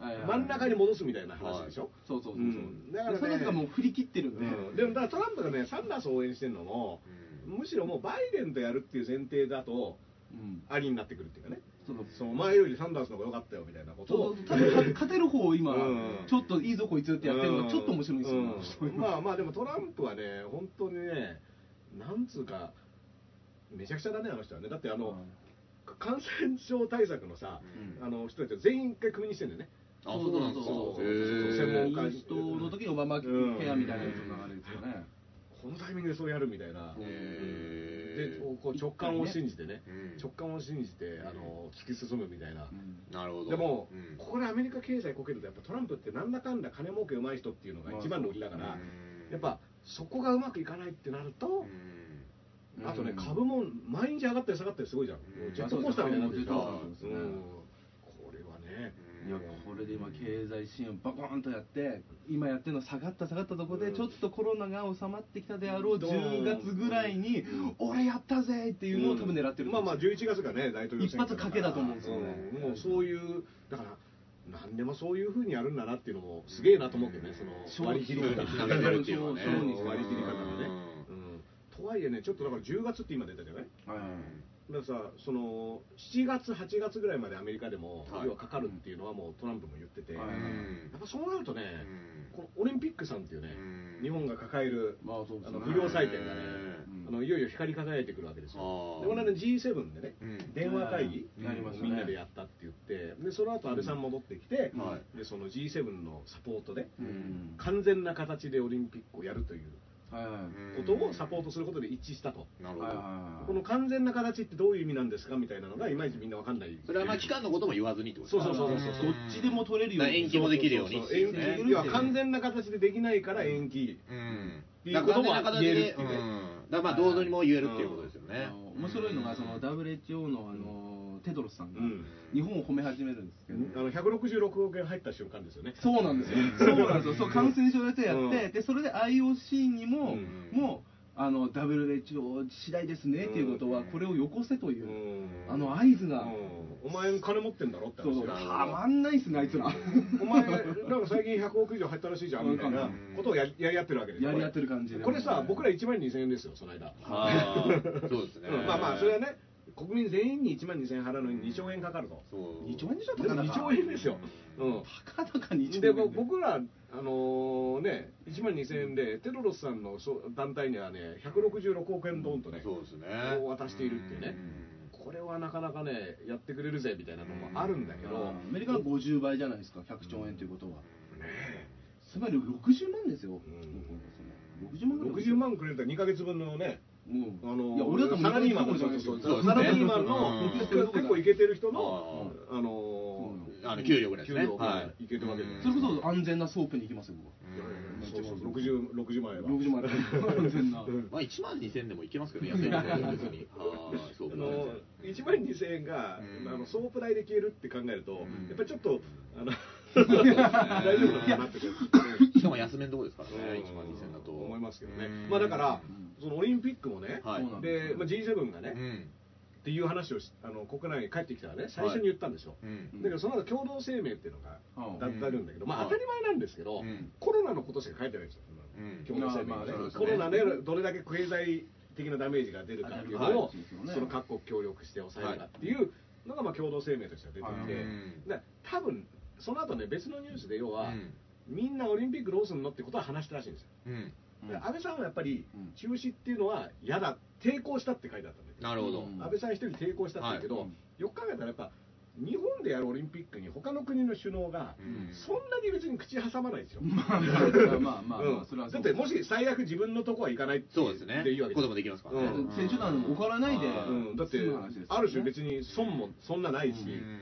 らはいはい真ん中に戻すみたいな話でしょそうそうそうそう、うんだだかからら、ねサンダースがもう振り切ってるんで、うんでもだからトランプがねサンダースを応援してるのもむしろもうバイデンとやるっていう前提だとうんありになってくるっていうかねそのその前よりサンダースの方が良かったよみたいなことそをう多分勝勝てる方を今、うんちょっといいぞこいつってやってるのがちょっと面白いんですよ、うんうん まあまあでもトランプはね本当にねなんつうかめちゃくちゃだねあの人はねだってあの、感染症対策のさうんあの人たちを全員一回組にしてんだよねあそうなんですかそうそうそうへー専門家民主党の時のオバマヘアみたいなやつの流れですよね、このタイミングでそうやるみたいな、へーでこうこう直感を信じてねうん直感を信じてあの突き進むみたいな、なるほどでも、うんここでアメリカ経済こけるとやっぱトランプってなんだかんだ金儲けうまい人っていうのが一番の売りだから、うんやっぱそこがうまくいかないってなるとう、んあとねうん株も毎日上がったり下がったりすごいじゃん、うんジェットコースターみたいになってるでしょあそうそうそううそうんこれはねうんいやこれで今経済支援バコーンとやって今やってるの下がった下がったとこでちょっとコロナが収まってきたであろう10月ぐらいに俺やったぜっていうのを多分狙ってるまあまああ11月がね大統領選挙一発賭けだと思うんですよねうんもうそういうだから何でもそういうふうにやるんだなっていうのもすげえなと思うけどねその割り切り方消費考えてるっていうのはねそうそううん割り切り方がねうんとはいえねちょっとだから10月って今出たじゃないだからさその7月8月ぐらいまでアメリカでも、はい要はかかるっていうのはもうトランプも言ってて、はういんやっぱそうなるとね、このオリンピックさんっていうね、うん日本が抱えるまあそうであすのね不良債権がね、うんあのいよいよ光り輝いてくるわけですよあ。ーでこの間 G7 でね、うん電話会議、うんやりましたねみんなでやったって言って、でその後安倍さん戻ってきて、うんはでその G7 のサポートで、うん完全な形でオリンピックをやるというはことをサポートすることで一致したと。なるいほどはいこの完全な形ってどういう意味なんですかみたいなのがいまいちみんなわかんない。それはまあ期間のことも言わずにってことそうそうそうそうどそうっちでも取れるよだうからに延期もできるようにそう延ね期要は完全な形でできないから延期うんっていうことも言えるっていううね。んだからまあ、どうにも言えるっていうことですよねあ。の面白いのがその WHO のあのテドロスさんがうん日本を褒め始めるんですけどあの166億円入った瞬間ですよね。そうなんですよ。そうなんですよ。そう感染症のやつやうんって、でそれで IOC にも、うんもうあの WHO 次第ですねっていうことうは、んこれをよこせというう、んあの合図うが、んお前金持ってんだろってそ話うだたよまんないっすねあい つら。お前なんか最近100億以上入ったらしいじゃんみたいなことをやりやり合ってるわけですよやり合ってる感じで。これさ僕ら1万2000円ですよその間。あーそうですねうんまあまあそれはね国民全員に1万2000円払うのに2兆円かかると。そう二兆円でしょでも高々2兆円ですよ。ううん。高々に一でぼ僕ら、あのね、1万2000円で、テドロスさんのそう団体にはね、166億円ドンとね、そうですねこう渡しているっていうねこれはなかなかね、やってくれるぜみたいなのもあるんだけアど、メリカの50倍じゃないですか100兆円ということは。ねつまり60万ですよ。ん60万ぐらいで60すよ。万くれたら2か月分のね、うん。あのいや俺だとサラリーマンのそうそうそうサラリーマンうのん結構結構いけてる人の、あそのうあの給料です給ね。料はがい。いけるわけでそれこそ安全なソープに行きますよ。僕はそうそうそう 60, 60万円は。 60万 円。安全な。まあ、1万2000でもいけますけどね、安いですよ別に。はい、そうあの1万2000円が、うんあのソープ代で消えるって考えると、んやっぱりちょっとあの大丈夫なのかなってくるしかも安めのとこですからね、うん1万2000だと。思いますけどね、うんまあ、だからんそのオリンピックもね、はいそうなんですでよまあ、G7 がね、うっんていう話をしあの国内に帰ってきたらね最初に言ったんですよ、うんんだけどその後共同声明っていうのがうんだってあるんだけど、まうんあ、当たり前なんですけど、うんコロナのことしか書いてないんですよ、うん共同声明はね,、まあまあそコうでロすねナねどれだけ経済的なダメージが出るかっていうのを、はいそうですよねその各国協力して抑えるかっていうのが、まあ、共同声明としては出てきて、うんだから多分その後ね別のニュースで要は、うんみんなオリンピックどうするのってことは話したらしいんですよ、うんうんだから安倍さんはやっぱりうん中止っていうのは嫌だ抵抗したって書いてあったんだよなるほどうん安倍さん一人抵抗したって言うけど、はいよく考えたらやっぱ日本でやるオリンピックに他の国の首脳が、うんそんなに別に口挟まないですよ、 まあまあまあうんまあ、それはだそっうてもし最悪自分のとこは行かないってそうですねでいいわけこともできますからねうん選手団も怒らないで、うんだって済む話ですよねある種別に損もそんなないし、うん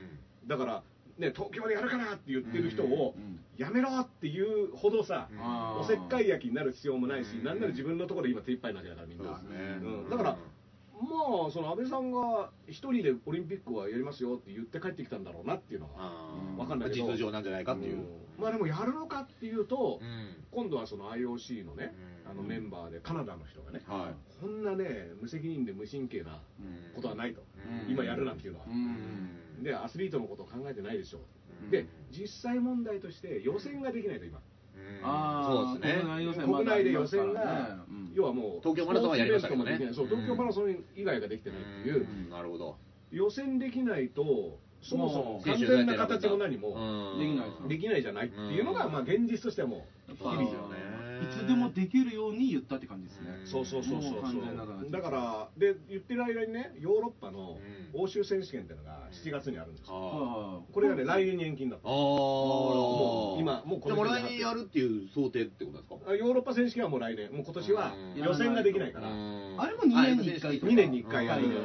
だから、ね、東京でやるからって言ってる人をうんうんやめろっていうほどさ、あーおせっかい焼きになる必要もないし、うんなんなら自分のところで今手一杯なわけだからみんな、そうですねうんだから、まあその安倍さんが一人でオリンピックはやりますよって言って帰ってきたんだろうなっていうのはあーわかんないけど実情なんじゃないかっていう。まあでもやるのかっていうと、うん今度はその IOC のね、うんあのメンバーでカナダの人がね、はこんなね無責任で無神経ないうんことはないと、うん今やるなんていうのは、うんでアスリートのことを考えてないでしょう、うんで実際問題として予選ができないと今、うんあそあうですね内予選ま国だあ内でり予ますから選ねが、うん要はもう東京マラソンはやりましたけどねスポーツイベントもできないそう東京マラソン以外ができてないっていう、うんなるほど予選できないとそもそももう完全な形も何うもんできないですよできないじゃないっていうのが、うんまあ現実としてはもうやっ日ぱそ々うですよねういつでもできるように言ったって感じですね。そうそうそうそうもう完全な形だからで言ってる間にねヨーロッパのうん欧州選手権っていうのが7月にあるんですよ、ああこれがね来年に延期になったああもう今もうここのれ時も期来年やるっていう想定ってことですかあヨーロッパ選手権はもう来年もう今年は予選ができないからうんあれも2年に1回とか2年に1回やるうんだよう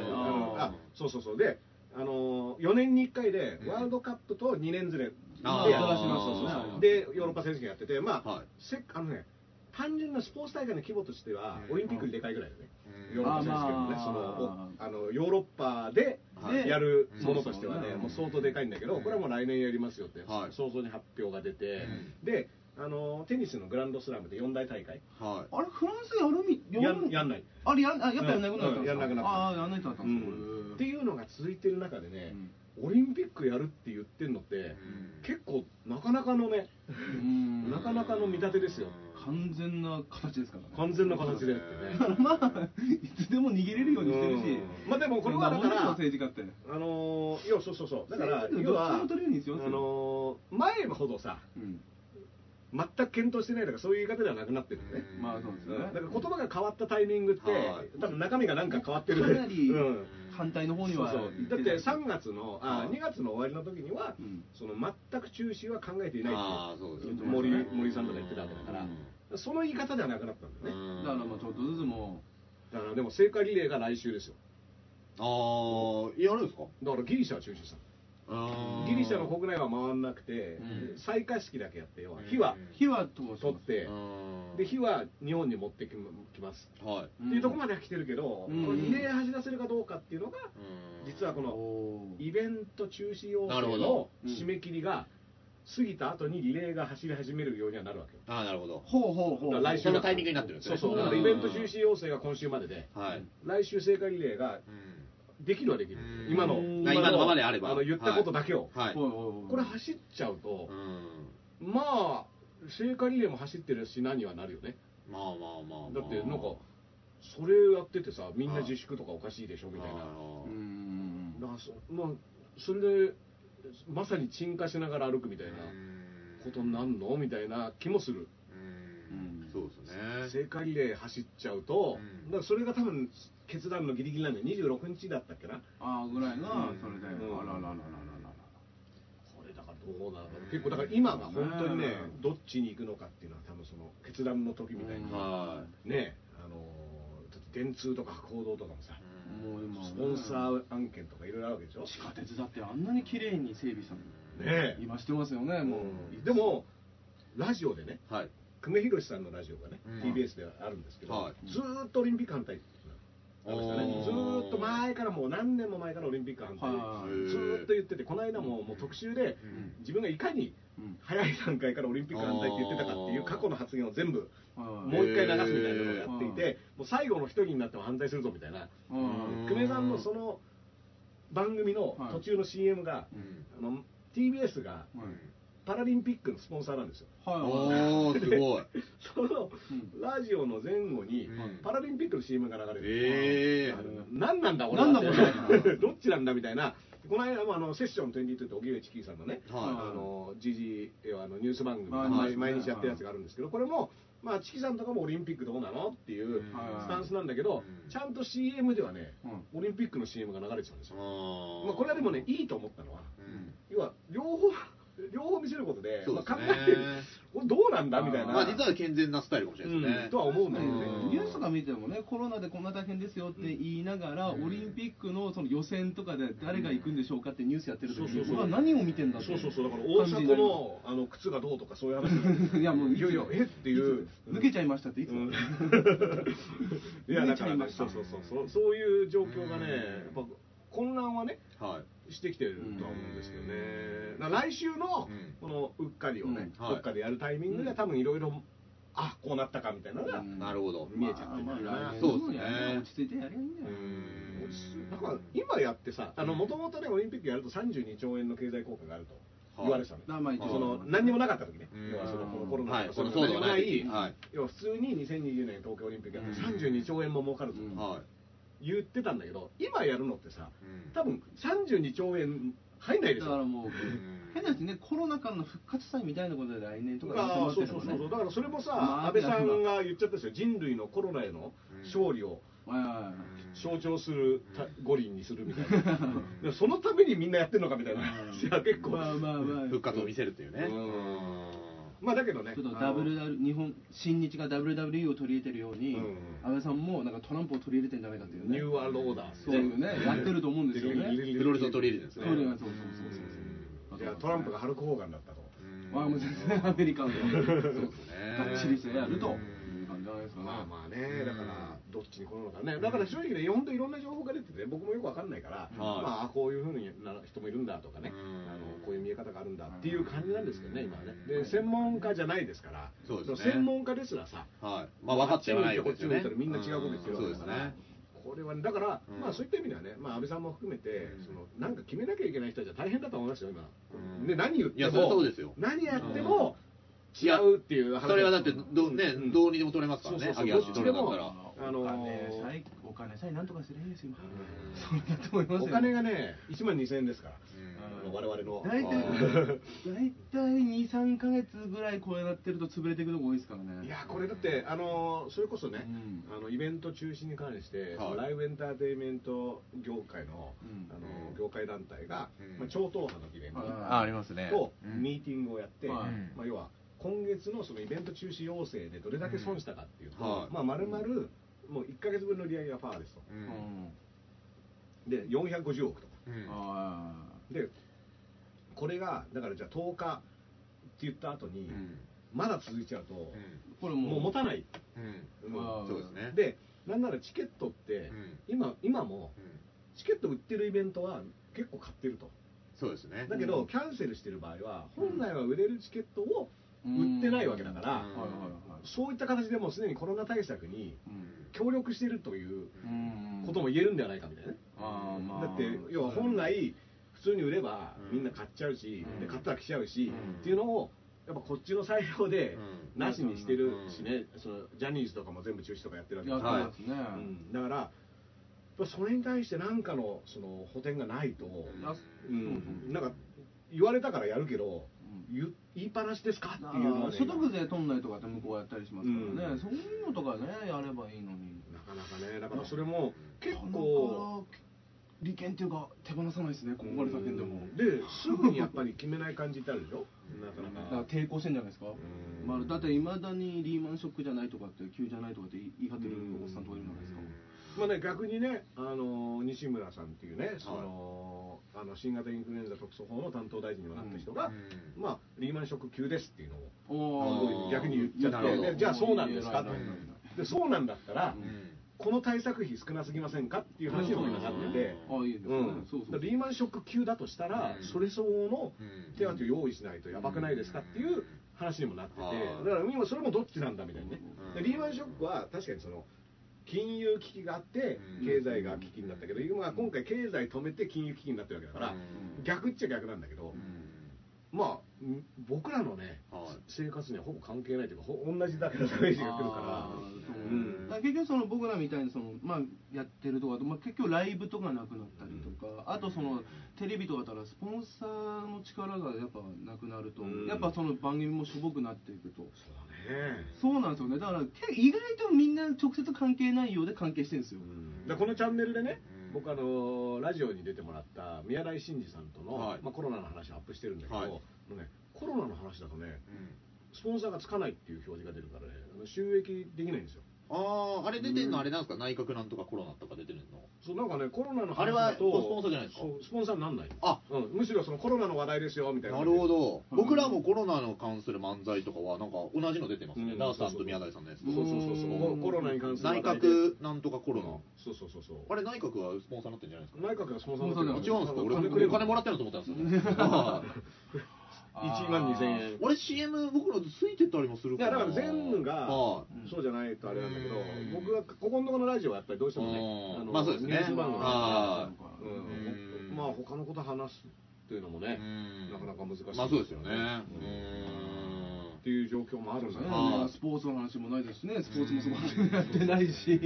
んあそうそうそうであの4年に1回でうんワールドカップと2年ずれであーやる新しいのそうそうそうでヨーロッパ選手権やっててまあ、はいせあのね単純なスポーツ大会の規模としてはうんオリンピックにでかいぐらいだね、うんヨーロッパ選手権もね、あーそのまおあのヨーロッパではいやるものとしてはうね、んもう相当でかいんだけど、うんこれはもう来年やりますよって、はい早々に発表が出て、うであのテニスのグランドスラムで4大大会はいあれフランスやるみやんやんない。あれやんあやっぱやんなくなったんですかうんやんなくなったああやんないとなったうんですかんへーっていうのが続いてる中でうね、んオリンピックやるって言ってるのって、結構なかなかのね、うんなかなかの見立てですよ。完全な形ですからね完全な形 でってね。まあいつでも逃げれるようにしてるしうんまあでもこれはだかそんなもんらですよ政治家ってあのー、いや、そうそうそう。だから、政治家って要どっちは、も取れるんですよあのー、前ほどさ、うん全く検討してないとか、そういう言い方ではなくなってるよね。まあそうですよだねから言葉が変わったタイミングってはい、多分中身がなんか変わってる。かなりうん反対の方にそうはそうだって3月のあはい2月の終わりの時には、うんその全く中止は考えていないああっそうでてすいようね森うん森さんとか言ってたわけだから、その言い方ではなくなったんだよね、だからまあちょっとずつもだからでも聖火リレーが来週ですよああやるんですかだからギリシャは中止したのギリシャの国内は回んなくて、う採火式だけやって要はうん火はう火は通し取って、で火は日本に持ってききます、はいうんっていうところまでは来てるけど、うんこれリレー走らせるかどうかっていうのが実はこのおーイベント中止要なる請ほのどうん締め切りが過ぎた後にリレーが走り始めるようにはなるわけよ。ああなるほどほうほうほうだから来週そのタイミングになってるんですそねうそう、だからイベント中止要請が今週までで、はい来週聖火リレーができるはできるう。ん今の、うん今のままであればの言ったことだけを。はいほうほうほうこれ走っちゃうとう、んまあ、聖火リレーも走ってるし、何はなるよね。まあまあまあだってなんか、それやっててさ、みんな自粛とかおかしいでしょみたいな。うーんだからそ、まあ、それで、まさに沈下しながら歩くみたいな。ことになんのみたいな気もするうんそうですね聖火リレー走っちゃうと、うんだからそれが多分決断のギリギリなんで26日だったっけなああぐらいがそれで、うんあらららららららこれだからどうなのか結構だから今が本当にねうんどっちに行くのかっていうのは多分その決断の時みたいな、はねあのーだって電通とか報道とかもさい、もう今スポンサー案件とかいろいろあるわけでしょ、地下鉄だってあんなに綺麗に整備したのにねえ今してますよねもう、うんでもラジオでねはい久米宏さんのラジオがね、うん TBS であるんですけど、はいずーっとオリンピック反対あの人はねおーずーっと前からもう何年も前からオリンピック反対はへいーずーっと言っててこの間ももう特集でうん自分がいかにうん早い段階からオリンピック反対って言ってたかっていう過去の発言を全部はいもう一回流すみたいなのをやっていへてもう最後の一人になっても反対するぞみたいなうん久米さんのその番組の途中の CM がうんあの TBS がパラリンピックのスポンサーなんですよはいはいおーすごいそのうんラジオの前後にうんパラリンピックの CM が流れるええあのうん何なんだ俺何なんだはこれ どっちなんだみたいなこの間もあのセッション22って荻上チキさんのねはあの GG あのニュース番組、はい毎毎日やってるやつがあるんですけどこれも、まあ、チキさんとかもオリンピックどうなのっていうはいスタンスなんだけどちゃんと CM ではねうオリンピックの CM が流れちゃうんですいよ、ままあ、これはでもねいいと思ったのはうん要は両方両方見せることでそうまであ、す考ねえてるこれどうなんだみたいな、まあ実は健全なスタイルかもしれないですうんねとは思うんだんけどねニュースとか見てもねコロナでこんな大変ですよって言いながら、うんオリンピックのその予選とかで誰が行くんでしょうかってニュースやってる時そうそうにそう僕は何を見てんだってそうそうそうだから感大じに迫なりのあの靴がどうとかそういう話なんでいやもういついよいよえっていう抜けちゃいましたっていつ、うんいいやだやだかかららねねそうそうそうそうそういう状況がねうんやっぱ混乱はねはいしてきてるとは思うんですけどねうんだから来週のうんこのうっかりをね、うんはいどっかでやるタイミングで多分いろいろあこうなったかみたいなのが、うんなるほど見えちゃってるまあまあ来年そうっすねやれば落ち着いてやれんだよ、だから今やってさもともとねオリンピックやると32兆円の経済効果があると言われてたの、だからまあ一応その何にもなかった時ね、うん要はそのこのコロナはといかこのそう騒いう動のががなないい、時はい要は普通に2020年東京オリンピックやってうん32兆円も儲かるとうんはい言ってたんだけど今やるのってさうん多分32兆円入んないでしだからょもう、変な話ね、コロナ禍の復活祭みたいなことで来年とかにあ迫あっそてうるそうもんそねうそうだからそれもさ、まあ安倍さんが言っちゃったんですよ人類のコロナへの勝利をはいはいはい象徴するた五輪にするみたいな、 でそのためにみんなやってるのかみたいな話が結構、まあまあまあ復活を見せるっていうねううんまあだけどねちょっとあの WW 日本新日が WWE を取り入れてるように、うん安倍さんもなんかトランプを取り入れてんじゃないかっていうニねューアローダーそういうねやってると思うんですよねプロレスを取り入れてるんですね取り入れそうそうそうそううんじゃあトランプがハルク・ホーガンだったとまあもう全然アメリカンでそうですがっちりしてやるという感じじゃないですかねまあまあねだからどっちに転ぶのかねだから正直ね本当いろんな情報が出てて僕もよくわかんないからまあこういうふうにな人もいるんだとかねうんあのこういう見え方があるんだっていう感じなんですけどね今はねで専門家じゃないですからそうですね専門家ですらさはいまあ分かってはないよこねっち向いたらみんな違うこと言ってるわそうけでだすからねこれはねだからうんまあそういった意味ではねまあ安倍さんも含めてそのなんか決めなきゃいけない人たちは大変だと思いますよ今うんで何言っいてやそりゃそうもですよ何やっても違うっていう話それはだってどうねうんどうにでも取れますからねそうそうそう萩原どっち取でれもだったらああのーお金さえお金さえなんとかすればいいですよ今そうだと思いますおよ金がね、1万2000円ですから、うんあの我々の。 大体あ大体23か月ぐらいこれなってると潰れていくとこ多いですからーねいや、これだって、あのそれこそね、うんあのイベント中止に関して、はいライブエンターテインメント業界の、うんあうんの業界団体が、うんまあ、超党派のイベントはいあありますねとうんミーティングをやって、はいまあ、要は今月のそのイベント中止要請でどれだけ損したかっていうと、うんはいまあ、丸々もう1か月分の売り上げがパーですと、ううんんで450億とか。うんあでこれがだからじゃあ10日って言った後に、うんまだ続いちゃうと、ーこれももう持たない、うんうんあそうですねでなんならチケットって、うん今今もうんチケット売ってるイベントは結構買ってるとそうですねだけど、キャンセルしてる場合は本来は売れるチケットを売ってないわけだから、うんはいはいはいそういった形でもうすでにコロナ対策にうん協力してるといううんことも言えるんではないかみたいなね、あーまあだって要は本来普通に売ればうんみんな買っちゃうし、うんで買ったら来ちゃうし、うんっていうのをやっぱこっちの裁量でうんなしにしてるしね、そのジャニーズとかも全部中止とかやってるわけだやってから、ますね、うん、だからそれに対して何かのその補填がないと、あうんうんなんか言われたからやるけど、う言言いっぱなしですかっていうのあはーね所得税取んないとかって向こうはやったりしますからね、うんそういうのとかねやればいいのになかなかねだからそれも結な構。かなか利権っていうか手放さないですねここまで叫んでもですぐにやっぱり決めない感じってあるでしょなかだなかから抵抗してんじゃないですか、んまあ、だっていまだにリーマンショックじゃないとかって急じゃないとかって言い張ってるうんおっさんとかいるじゃないですか、まあね逆にねあの西村さんっていうねその、あの新型インフルエンザ特措法の担当大臣にもなった人が、うんまあリーマンショック級ですっていうのをおー逆に言っちゃっなるてほどでじゃあそうなんですかうとんでそうなんだったら、ううんこの対策費少なすぎませんかっていう話も今なってて、ああいいですうね、んそうそうだからリーマンショック級だとしたら、うんそれ相応のうん手当てを用意しないとやばくないですかっていう話にもなってて、うんだから今それもどっちなんだみたいなね、うんでリーマンショックは確かにその金融危機があってうん経済が危機になったけど、今今回経済止めて金融危機になってるわけだから、うん逆っちゃ逆なんだけど、うんまあん僕らのね、はい生活にはほぼ関係ないというかほ同じだけのダメージが来るあから。ーそううんだから結局その僕らみたいにその、まあ、やってるとか、まあ、結局ライブとかなくなったりとか、あとそのテレビとかだったらスポンサーの力がやっぱなくなると、うんやっぱその番組もしょぼくなっていくそうと。だねそうなんですよねだからけ意外とみんな直接関係ないようで関係してるんですよ、でこのチャンネルでね、うん僕あのラジオに出てもらった宮台真司さんとの、はいまあ、コロナの話をアップしてるんだけど、はいもうね、コロナの話だとねスポンサーがつかないっていう表示が出るからねあの収益できないんですよあああれ出てんのあれなんですか内閣なんとかコロナとか出てるのそうなんかねコロナのあ話れはだとスポンサーじゃないですかそうスポンサーになんないあうん、むしろそのコロナの話題ですよみたいななるほどうん僕らもコロナの関する漫才とかはなんか同じの出てますうねんダースさんと宮台さんのやつそうそうそうそううんココロナに関する内話題で閣なんとかコロナそうそうそうそうあれ内閣はスポンサーになってんじゃないですか内閣がスポンサーになって違うんですか俺金く俺れるお金もらってると思ったんです よあー1万2000円俺 CM 僕らついてたりもするいやだから全部がはいそうじゃないとあれなんだけどうん僕はここのところのラジオはやっぱりどうしてもねうんのまあそうですねニュース番組あううんんまあ他のこと話すっていうのもねうんなかなか難しいまあそうですよねうーんっていう状況もあるんだねよねスポーツの話もないですしね、スポーツもそこまでやってないし、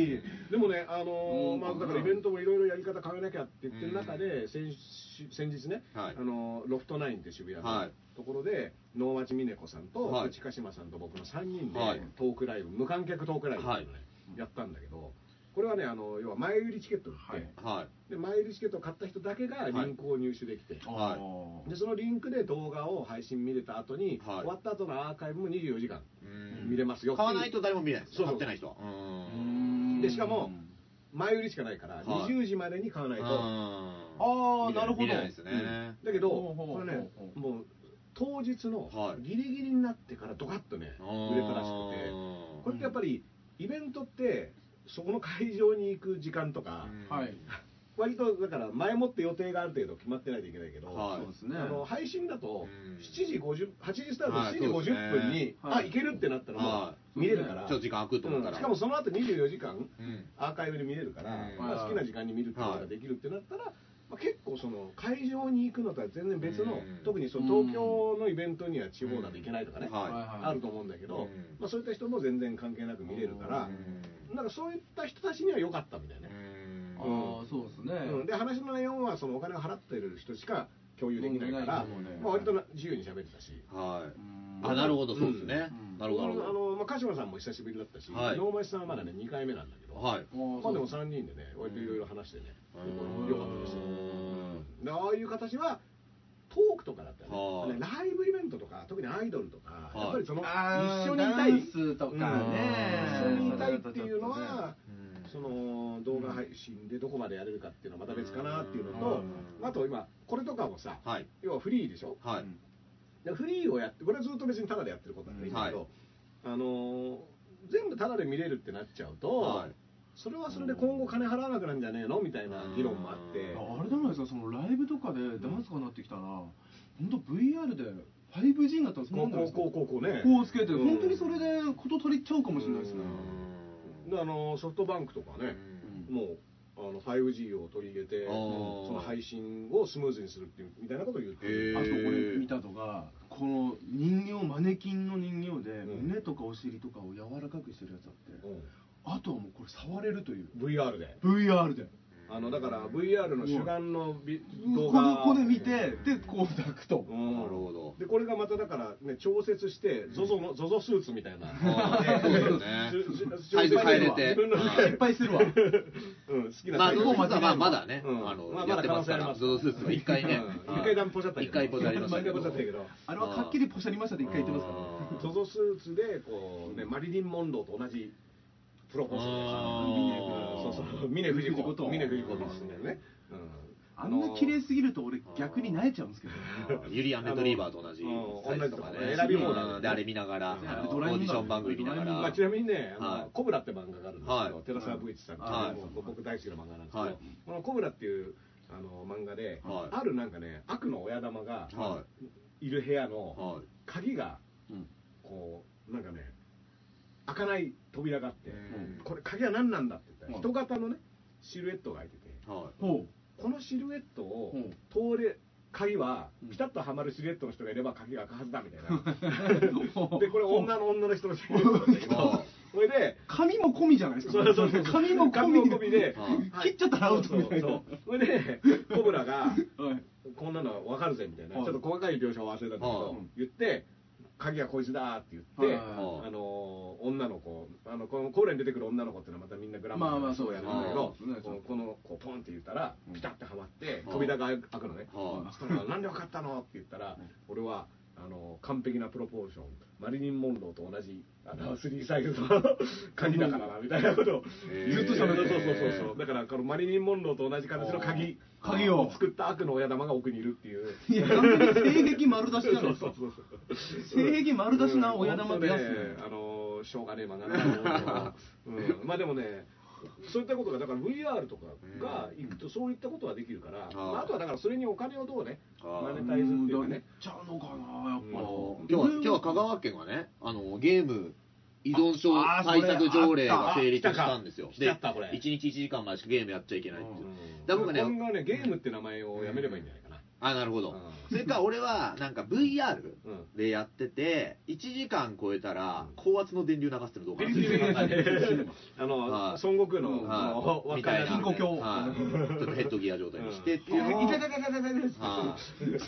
でもね、あのうーんまあ、だからイベントもいろいろやり方変えなきゃって言ってる中で、先週先日ね、はいあのーロフトナインって渋谷はのいところで、能町みね子さんと、はい内鹿島さんと僕の3人ではいトークライブ、無観客トークライブっていうのをねやったんだけど、これはね、あの要は前売りチケットを売って、はで前売りチケットを買った人だけがリンクを入手できて。はいあでそのリンクで動画を配信見れた後に、はい終わった後のアーカイブも24時間い。うん見れますよって買うわないと誰も見れないです。そうそ買うってない人は。うーん。でしかも前売りしかないから、い20時までに買わないと、あああ、なるほ見どれないですね。だけど、ほうほうほうこれねほ、うもう当日のはいギリギリになってからドカッとね、売れたらしくて、これってやっぱり、イベントって、そこの会場に行く時間とか、うんはい、割とだから、前もって予定がある程度決まってないといけないけど、はいそうですね。あの配信だとうん、 7時50 8時スタートは7い時そうですね50分に、はあ、い行けるってなったらもうは見れるかちら、ょっと時間空くと思ったうんら。しかもその後24時間、うん、アーカイブで見れるから、うんまあ、好きな時間に見るっていうことができるってなったら、まあ、結構その会場に行くのとは全然別の、うん特にその東京のイベントには地方だといけないとかね、はいあると思うんだけど、うんまあ、そういった人も全然関係なく見れるかうら、んなんかそういった人たちには良かったみたいなね、うんああ、そうですね。うんで話の内容はそのお金を払ってる人しか共有できないから、うんまあ、割とな自由に喋れたし。はい。うんあ、なるほど、そうですねう。んなるほど、なるあほのまあ、鹿島さんも久しぶりだったし、はい能町さんはまだね、2回目なんだけど、ど。はい。まあでもあ3人でね、割といろいろ話してね、うん良かったですようでああいう形は、トークとかだったらはね、いライブイベントとか、特にアイドルとか、いやっぱりその、あー一緒にいたい、ダンスとかうん一ね緒にいたいっていうのは、うんその動画配信でどこまでやれるかっていうのはまた別かなっていうのと、うんあと今、これとかもさ、はい。要はフリーでしょ、はい。でフリーをやって、これはずっと別にタダでやってることなんでいいんだけど、はいあのー全部タダで見れるってなっちゃうと、はいそれはそれで今後金払わなくなるんじゃねえのみたいな議論もあって、あれじゃないですか、そのライブとかでダンスがなってきたら、本当 VR で 5G になったらこそううこうなるんですかこうこうこうねこうつけて、本当にそれで事足りちゃうかもしれないですね。であのソフトバンクとかね、もうあの 5G を取り入れてあーその配信をスムーズにするっていうみたいなことを言ってるへーあとこれ見たのがこの人形マネキンの人形でうん胸とかお尻とかを柔らかくしてるやつあってあとはもうこれ触れるといううん VR で VR であのだから VR の主眼のビ動こ画こで見てでこう抱くとうんなるほどでこれがまただから、ね、調節して、ZOZO の ZOZO スーツみたいな、あーそう ですねサイズ変えれて自分のはい失敗す るわうん、好きなまあ、サイズゾゾスーツはまあまだね、うんあの、まあやってますかまだ可能性ありまら、すゾゾスーツは一回ねうん、はい一回ダンポシャったけど一回ポシャありました毎け回どポシャったけどあれははっきりポシャりましたで一回言ってますからねあーゾゾスーツでこう、ね、マリリン・モンローと同じプロポーズあでーそうそう峰藤子と峰峰藤藤子子とと住んでるね、あんな綺麗すぎると俺逆に泣いちゃうんですけどユリアン・レトリーバーと同じうんサイズとかね同じとかね選び放題うんであれ見ながら、あのドオラえもーデんだィション番組見ながドラえもんまあ、らち、なみにね、あのはいコブラって漫画があるんですけど、はい寺澤武一さんっていう、はいもう僕大好きな漫画なんですけど、はいこのコブラっていうあの漫画で、はいあるなんかね、悪の親玉がはいる部屋のは鍵が、うんこう、なんかね、開かない扉があって、うんこれ鍵は何なんだって言ったら、うん人型のね、シルエットが開いてて、い、はほこのシルエットをうん通れ、鍵はうんピタッとはまるシルエットの人がいれば鍵が開くはずだみ たいな。うで、これ女の女の人のシルエットなんだけど、それで、髪も込みじゃないですかそうそうそう髪も込み髪も込みで 切っちゃったらアウトそうみそたういなそうそれでコブラがはいこんなのわかるぜみたいな、はいちょっと細かい描写を忘れたんだけど、はい言って鍵はこいつだーって言って、はいはいあのー女の子あのこのコーレに出てくる女の子っていうのはまたみんなグラマーまあまあな人をやるんだけど、そうですねこのこの子ポンって言ったらうんピタッてはまってうん扉が開くのね、い、はそしたら「なんでわかったの?」って言ったら「俺はあの完璧なプロポーションマリリン・モンローと同じあの3サイズの鍵だからな」みたいなことをへーずっと喋ってそうそうそうそうだからこのマリリン・モンローと同じ形の鍵鍵をを作った悪の親玉が奥にいるっていう。いや、完全に性癖丸出しじゃないですそうか。 そうそう性癖丸出しな親玉ってやつうん本当ねあのしょうがねえ漫画なんだな、 うん、まあでもねそういったことがだから VR とかが行くとそういったことはできるから、んまあ、あとはだからそれにお金をどうねはいマネタイズっていうかやっねちゃうのかな、やっあぱ。の今日は今日は香川県はねあのゲーム依存症ああー対それ策条例が成立あ来たかしたんですよ来でちゃったこれ1日1時間までしかゲームやっちゃいけないっていううんだから僕ね今後はねゲームって名前をやめればいいんじゃないかな、あ、なるほど。それか、俺は、なんか VR うんでやってて、1時間超えたら、高圧の電流流してる動画なんですよ。はいあの、孫悟空の、はあい。のみたいな。金庫鏡はい。ちょっとヘッドギア状態にしてっていうのをいたたたたたたはそそれれ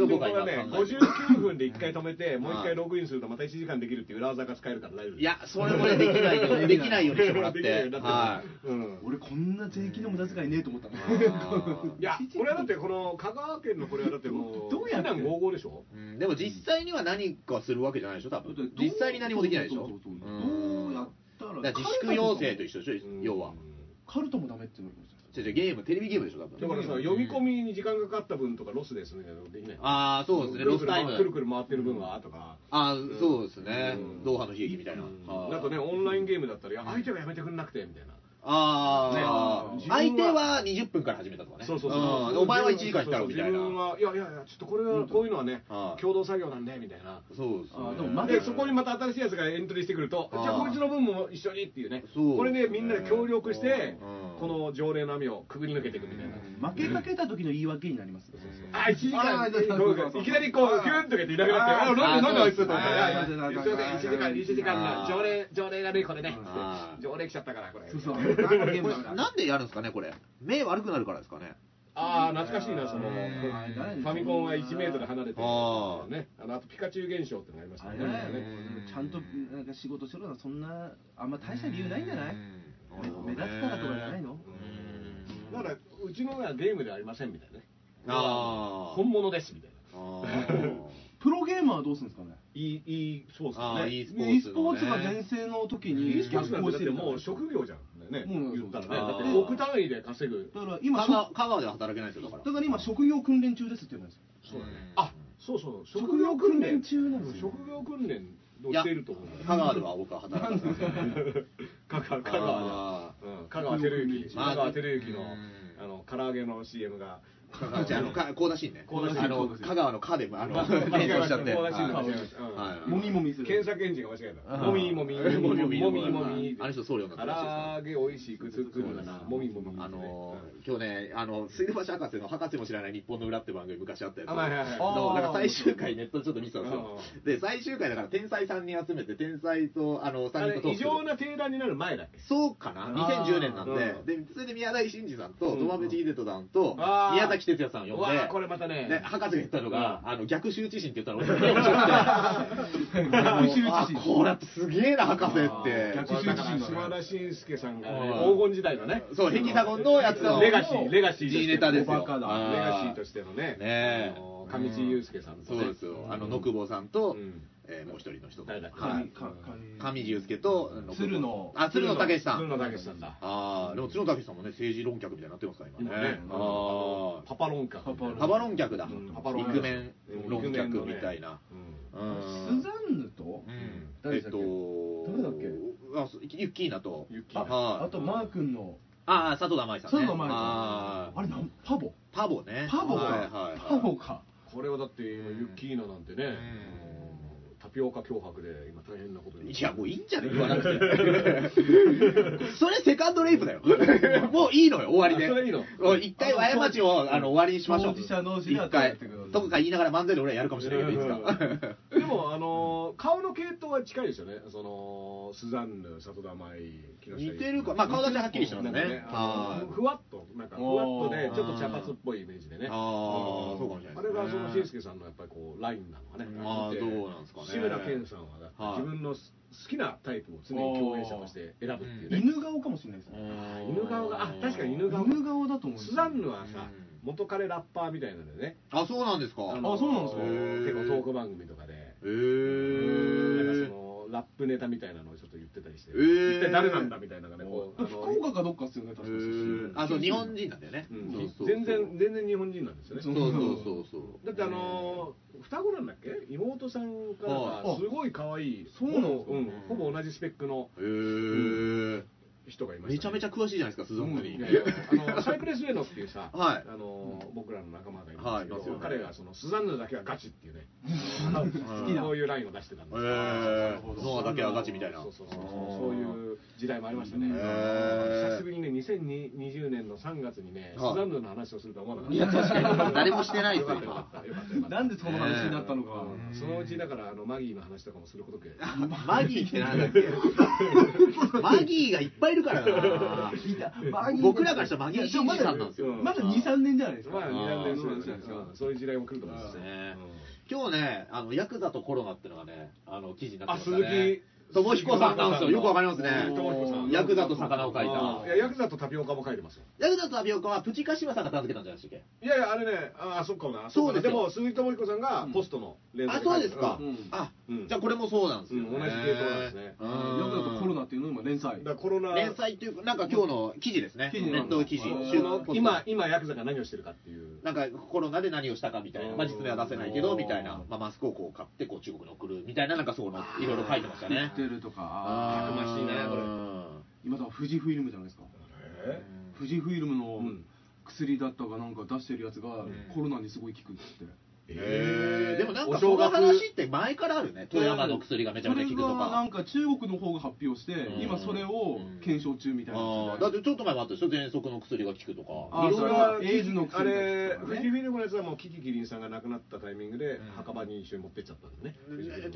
僕僕はは今ね、考えてる59分で1回止めて、もう1は回いログインするとまた1時間できるっていう裏技が使えるから大丈夫。い。いや、それもね、できないように、できないようにしてもらっできないようてに。なってるはい。うん俺こんな税金の無駄遣いねえと思ったもんあーいや、これはだって、この香川県のこれはだってもう、どうやって避難合々でしょうんでも実際には何かするわけじゃないでしょ、多だっ分てどう 実際に何もできないでしょ。そうそうそうそううんどうやったらだから自粛要請と一緒でしょうん、要は。カルトもダメって言われました違う違うゲーム、テレビゲームでしょ、多分だからさ、読み込みに時間がかかった分とかロスですね、できない。ああ、そうですね、ロスタイム。くるくる回ってる分はとか。あーそうですね、うんドーハの悲劇みたいな。うんはいだとね、オンラインゲームだったら、いや、相手がやめてくんなくて、みたいな。ああ、ね相手は20分から始めたとかね。そうそうそんう。お前は1時間したろみたいな。自分は、いやいやいや、ちょっとこれは、こういうのはねあ、あ共同作業なんで、みたいな。そうですねあーでもままでだそこにまた新しいやつがエントリーしてくると、じあーゃあこいつの分も一緒にっていうね、そうこれね、みんなで協力してう、んこの条例の網をくぐり抜けていくみたいな。負けかけた時の言い訳になりますねあ、1時間あーそうそうそうそういきなりこう、キューンとかっていなくなって、あーあ、なんで、なんであいつと思って、あーいやいやすいません、1時間、1時間あー条例、条例がね、これねあ、ー条例来ちゃったから、これ。そうそう これなんでやるんですかね、これ。目悪くなるからですかね。ああ、懐かしいな、その、フねァミコンは1メートル離れてるあーね、あのあとピカチュウ現象ってのがありましたあねれなだんよかね。ねちゃんとなんか仕事しろなそんなあんま大した理由ないんじゃないうんなるほどね目立つからとかじゃないのだから、うちのがゲームではありませんみたいなね。あー本物ですみたいな。あープロゲーマーはどうするんですかねいい、いい、そうっすあーね。いいスポーツのね e スポーツが全盛の時に e スポーツなんてだってもうだ職業じゃん。ね、もう言ったらあね。だーって億単位で稼ぐ。から今、今しょ香川では働けないですよ、だからだ。から今職業訓練中ですって言うんですよそうだね。うんあ、そうそう。職業訓練中なの職業訓練をしていると思うんだよ。香川では僕は働かない。 香川、香川あじゃんうん。香川照之、まあ香川照之うのん、あの、唐揚げの CM が。ーじゃああの、か、こうだしんね。香田信あの、香川の香で、あの、連想しちゃって。香田信のはい間違えましたうんはいもみもみする検索エンジンが間違えた。あーもみもみ、もみもみ、もみもみ。あの人僧侶になったらしいですね唐揚げ美味しい、くつくるかな。もみもみ。あのー今日ね、あの、水道橋博士の博士も知らない日本の裏って番組昔あったやつ。あはいはいはいのあーなんか最終回ネットでちょっと見てたんですよう。で、最終回だから天才3人集めて、天才と、あの、あ3れ人とトー異クする常な定談になる前だっけそうかな ?2010 年なんあーで、で、それで宮台真司さんと、うん土間口秀人さんとあ、ー宮崎哲也さんを呼んうわでー、これまたねで、博士が言ったのが、うあの、逆羞恥心って言ったの俺が面白くて逆羞恥心あこうやってすげえな、博士って。逆だ襲から島田紳介さんがね黄金時代のねそう、ヘキサゴンのやつの。レガシーレガシー G ネタですよ。おバカだあーレガシーとしてのねねえあの上地雄介さんとそうねですよ。あの、野久保さんと、うんえーもう一人の人と。誰だっけはい。上地雄介と、野久保鶴野あ、鶴野武さ鶴ん。野武さんだああ、でも鶴野武さんもね、政治論客みたいになってますから、今今ねね。ああのパパロンカパパロあ。パパ論客だうん。イクメン論イクメン客のねみたいな。うんうんスザンヌとうん誰えっだっとけ、誰だっけあそうユッキーナと、ユッキーナあはあとマー君のいああ、佐藤田舞さんね。佐藤田舞さんあーあれなんパボパボね。パボはいはいかはいパボかこれはだって今ユッキーナなんてねんうんタピオカ脅迫で今大変なことにいや、もういいん じゃね言わなくて。 それ、セカンドレイプ だよ。もういいのよ、終わりで。それいいのお一回、過ちをあの終わりにしましょう。当事者同士で一やっ回てください。とか言いながら漫才で俺はやるかもしれないけど、いつか。でも、あのー顔の系統は近いですよね、そのスザンヌ、里田舞、木下似てるかまあ顔立ちはっきりしてますねなんかあのはいふわっと、なんかふわっとで、おーちょっと茶髪っぽいイメージでね、あーんそうかもしれないあですれねがその紳助さんのやっぱりこうラインなのかね、あーどうなんですかね志村けんさんはだってはい自分のす好きなタイプを常に共演者として選ぶっていうね、犬顔かもしれないですね犬顔が、あ確かに犬顔、犬顔だと思うスザンヌはさうん、元彼ラッパーみたいなのでね、あ、そうなんですか。あへのあそうなんですか結構トーク番組とかで。なんかえ。そのラップネタみたいなのをちょっと言ってたりして、えー一体誰なんだみたいなのがね、こうあの福岡かどっかですよね確か出身あ、そう、日本人なんだよねう。そうんそうそう全然、全然日本人なんですよね。そうそうそうそう。だってあのー双子なんだっけ妹さんからがはいすごい可愛いそうなんですかほぼうんほぼ同じスペックのへえ。人がいまめしちたゃね、めちゃ詳しいじゃないですか、スズンうナんにい。やいやあのサイクレス・ウェノスっていうさ、はいあの僕らの仲間がいるんですけど、はいいますよね彼がそのスザンヌだけはガチっていうね、好そういうラインを出してたんですよえそうそうノアだけはガチみたいな。そうそうそうそうそういう時代もありましたね、へー久しぶりにね2020年の3月にね、はいスザンヌの話をするとは思わなかっいたや、確かに。誰もしてないでよすかよったよか今ったよかったよかったなんでその話になったのか。うんそのうちだからあのマギーの話とかもすることく らいマギーってなんだっけマギーがいっぱいいるからな。いたマギ ー僕らからしたらマギー新ま次ださんなんですよ。うんまだ2、3年じゃないですか。まあ二段年生ですよねそううんそういう時代も来ると思いますそうですねうん今日ね、あの、ヤクザとコロナってのがね、あの、記事になってあ、ました鈴ね。木。智彦さんなんですよ。よくわかりますうん智彦さねん。ヤクザと魚を描いあいた。や、ヤクザとタピオカも書いてますよ。ヤクザとタピオカはプチカシマさんが名付けたんじゃないでしたっいやいや、あれね、ああ、そっかな。そうっかなですよも、鈴木智彦さんがポストの連けあ、載そう書でいすてかるうん。あうん、じゃあこれもそうなんですよね。うん同じ系統なんですねうヤクザとコロナっていうのを今連う載んだ。からコロナ、連載っていうか、なんか今日の記事ですね。記事ネなんッだト記事あの。週刊ポスト今、今、ヤクザが何をしてるかっていう。なんかコロナで何をしたかみたいな、うんまあ、実名は出せないけどうんみたいな、まあ、マスクをこう買ってこう中国に送るみたいな、なんかそういうのいろいろ書いてましたね売っ。てるとあか。ーたくましいねこれう今だから富士フイルムじゃないですか。え富士フイルムうのん薬だったかなんか出してるやつがコロナにすごい効くっつって。んへーでもなんかおそ正の月話って前からあるね、富山の薬がめちゃめちゃ効くとそれがなかん。か中国の方が発表して、うん今それを検証中みたいなあーだってちょっと前もあったでしょ、喘息の薬が効くとか。あいろそんれなはエイズのあ薬れ、だったフからねジフィルムのやつはもう、キキキリンさんが亡くなったタイミングでん、墓場に一緒に持ってっちゃったんだね。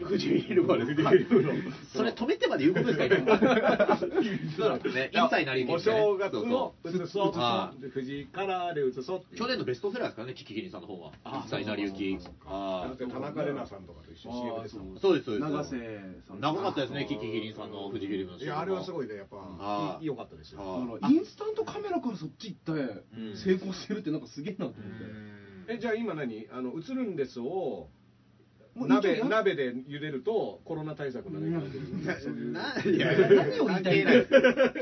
富士見るまでフジフィルムの。それ止めてまで言うことですか、今そうですね、一切なりお正月のそう移そうそうあー富士からで移そうっていう去年のベストセラーですからね、キキキリンさんの方は。一切成り行き。だあって田中玲奈さんとかと一緒に CM でしたもんあ。そうです、そうです。永瀬さん長かったですね、あーキキキリンさんのフジフィルムのいやあれはすい。ごいねやっぱあーいい良かったですよだはからインスタントカメラからそっち行ってん成功してるってなんかすげえなと思って、えじゃあ今何あの映るんですをもう一鍋応や鍋で茹でるとコロナ対策のねそういういや何を言いたいんだよ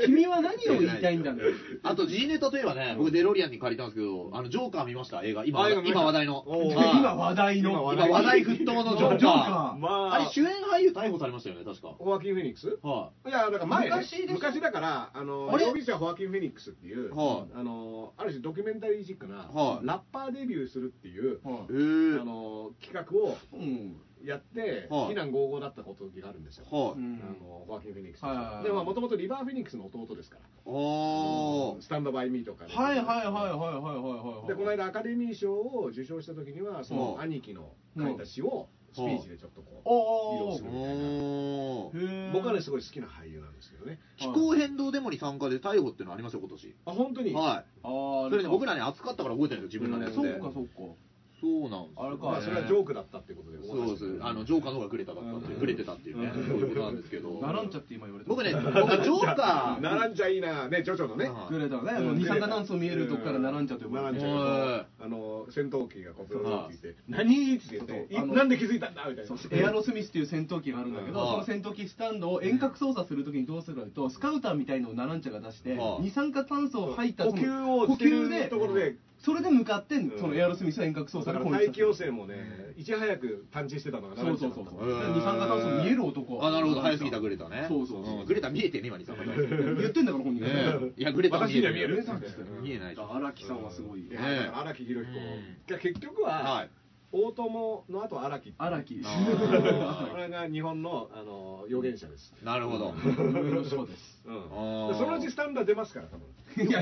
君は何を言いたいんだよあと、G ネタといえばね、僕、デロリアンに借りたんですけど、あの、ジョーカー見ました、映画。今、あ映画見ました今話題の。おーはい今話題の今今話話題沸騰のジョージョーカカまーー。ああれ、主演俳優逮捕されましたよね、確か。ホワキン・フェニックスはいやだから前ね昔でしょ昔だからあのあれ容疑者ホワキン・フェニックスっていうはいあのある種ドキュメンタリーチックなはい。ラッパーデビューするっていうはいいあえの企画をうんやってはい非難合々だった時があるんですよえ。はうい。んあのホワキン・フェニックスはいはいはいでもともとリバー・フェニックスの弟ですからおー。スタンド・バイ・ミーとかではいはいはいはいはいはいはいでこの間アカデミー賞を受賞した時にはそのうん兄貴の書いた詩をスピーチでちょっとこお移動するおー。うー僕はねすごい好きな俳優なんですけどね気候変動デモに参加で逮捕っていうのありますよ、今年。あ本当にはい。あーあそれね、僕ららね、暑かったから覚えてるんですよ、自分らのやつそうで。かそうかそうなんですよあれかまあそれはジョークだったってことでそうです。あの、ジョーカーの方がグレタだったっていう、グレてたっていうね、うんそういうことなんですけど。ならんちゃって今言われた 僕ね、僕はジョーカー、並んじゃいいなねジョジョのねはいグレタねあのうん二酸化炭素見えるとこから並んじゃってう呼んば並れんてじゃはういあの戦闘機がこうブーンっていて「何何?」って言ってそうそうあいのなんで気づいたんだ?」みたいそうなそうエアロスミスっていう戦闘機があるんだけど、うんその戦闘機スタンドを遠隔操作するときにどうするかというと、スカウターみたいのをナランチャが出して、うん二酸化炭素を入った呼吸をして呼吸るでところでそれで向かってんうんそのエアロスミスは遠隔操だ作かがら大気汚染もね、いち早く探知してたのがそ並うんじそゃうなかっそうたそう二酸化炭素見える男あ、なるほど、早すぎたグレタね。そうそうそうんグレタ見えてね、今にさ。言ってんだから本人が、ねいや、グレタ私には見えるグレタって言ってたよ見えないし。荒木さんはすごいいやだから荒木宏彦、いや結局は、はい。大友の後荒木荒木あー これが日本のあの予言者です、なるほど。そうですうんあーそのうちスタンダー出ますから多分いや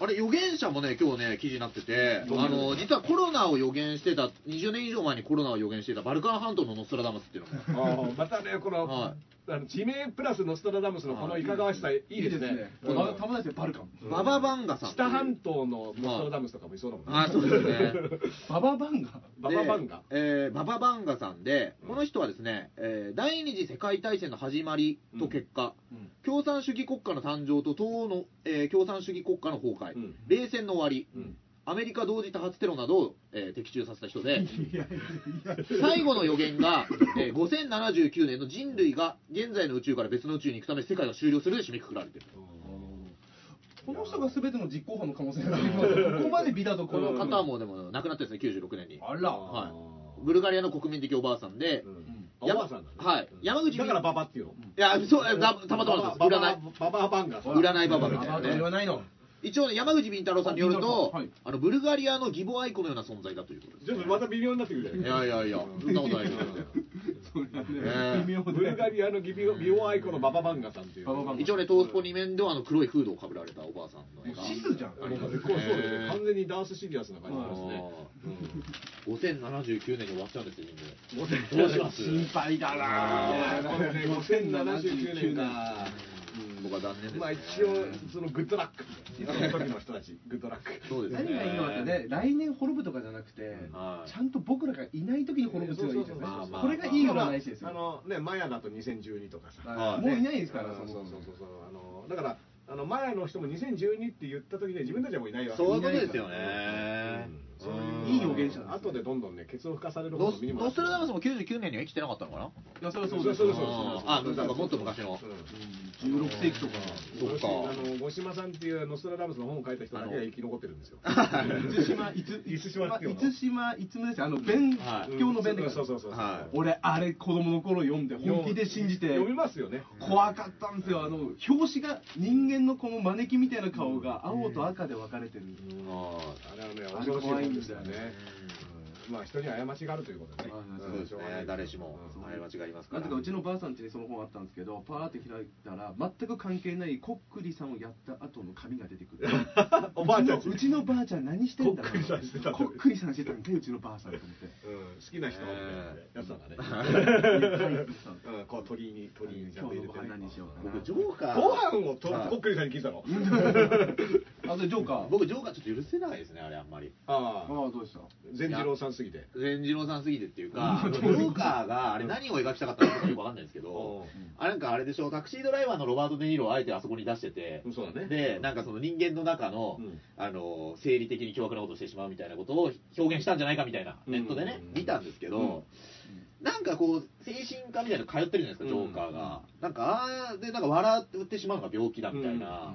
あれ、予言者もね、今日ね、記事になってて、あの、実はコロナを予言してた、20年以上前にコロナを予言してた、バルカン半島のノストラダムスっていうのも。またねこの,、はあの地名プラスノストラダムスのこのいかがわしさいいですねうんまだたまらないですねバルカンバババンガさん。北半島のノストラダムスとかもいそうだもんね、あ、そうですね。バババンがバババンガでえーバババンガさんで、この人はですね、えー第二次世界大戦の始まりと結果、うん共産主義国家の誕生と東欧の、えー共産主義国家の崩壊、うん冷戦の終わり、うんアメリカ同時多発テロなどを、えー的中させた人で、 最後の予言が、えー5079年の人類が現在の宇宙から別の宇宙に行くため世界が終了するで締めくくられてる。この人が全ての実行犯の可能性がありますよここまで美だとここのの方はもうでも亡くなってるんですね、96年に。あらブルガリアの国民的おばあさんで、うんうんおばあさんだねはいうん山口だからババっていうのいや、そう、たたまたまです。ババ占い。バババンが占いババみたいな言わね。ないの。一応ね、山口敏太郎さんによると、はいあのブルガリアの義母愛子のような存在だということです。ちょっとまた微妙になってくるじゃいないやいやいや、そんなことないけど。それはねえね微妙でブルガリアのギビオビオアイコのバババンガさんっていうバババンガ一応ね、トースポ2面ではあの黒いフードをかぶられたおばあさんの絵がもうシスじゃんもあうりこまうすそうですねね完全にダンスシリアスな感じですね5079年に終わっちゃうんですよ、人どどううします心配だなぁこれね5079年か間僕は残念です、ね。まあ一応そのグッドラックその時の人たちグッドラックそうですね。何がいいのってね、来年滅ぶとかじゃなくて、はいちゃんと僕らがいない時に滅ぶっていうのがいいじゃそうそうそうそうないですか。これがいい占い師ですあよ。のねマヤだと2012とかさははいいもういないですかからら、そうそそもうそそもうそうあのだからあのマヤの人も2012って言った時には自分たちはもういないわけそういうことですよね。うんそういういい予言者ですね後でどんどんねケツを吹かされるド方ス身にドストラダなムスも99年には生きてなかったのかないや、それはそそううでですす。そうですあーあもっと昔のうん16世紀とか。そっかあの五島さんっていうノストラダムスの本を書いた人だけが生き残ってるんですよ。いつしま、いつ、いつしまっていういのつしま、いつむですよあの、弁、はい教の弁で。そうそうそうそう。は俺、あれ、子供の頃読んで、本気で信じて読。みますよね。怖かったんですよ。あの、表紙が人間のこの招きみたいな顔が青と赤で分かれてる。はあれはね恐ろしい本ですよね。うんまあ人に過ちがあるということね。はいはいい。そうですね。誰しもうん、あれは違いますかなら。ぜかうちのばあさん家にその本あったんですけど、パーって開いたら、全く関係ないこっくりさんをやった後の紙が出てくる。 おばあちゃんち。うちのばあちゃん何してんだろうこっくりさんしてたんだこっくりさんして たんで、うちのばあさんと思って。うん好きな人のやつだからね。うんこう鳥居に鳥居にちゃん今と入日れのごて飯る。何しようかな。僕、ジョーカー。ご飯をとこっくりさんに聞いたの。あとジョーカー。僕、ジョーカーちょっと許せないですね、あれ、あんまり。ああああ、どうした善次郎さんすぎて。善次郎さんすぎてっていうか、ジョーカーがあれ何を描きたかったのかよくわかんないんですけど、あなんかあれでしょ、タクシードライバーのロバート・デ・ニーロをあえてあそこに出しててう、んそうだね。で、なんかその人間の中の、うんあの、生理的に凶悪なことをしてしまうみたいなことを表現したんじゃないかみたいな、うんネットでね、うん見たんですけど、なんかこう、精神科みたいなの通ってるじゃないですか、うんジョーカーが。なんか、ああ、で、なんか笑ってしまうのが病気だみたいな、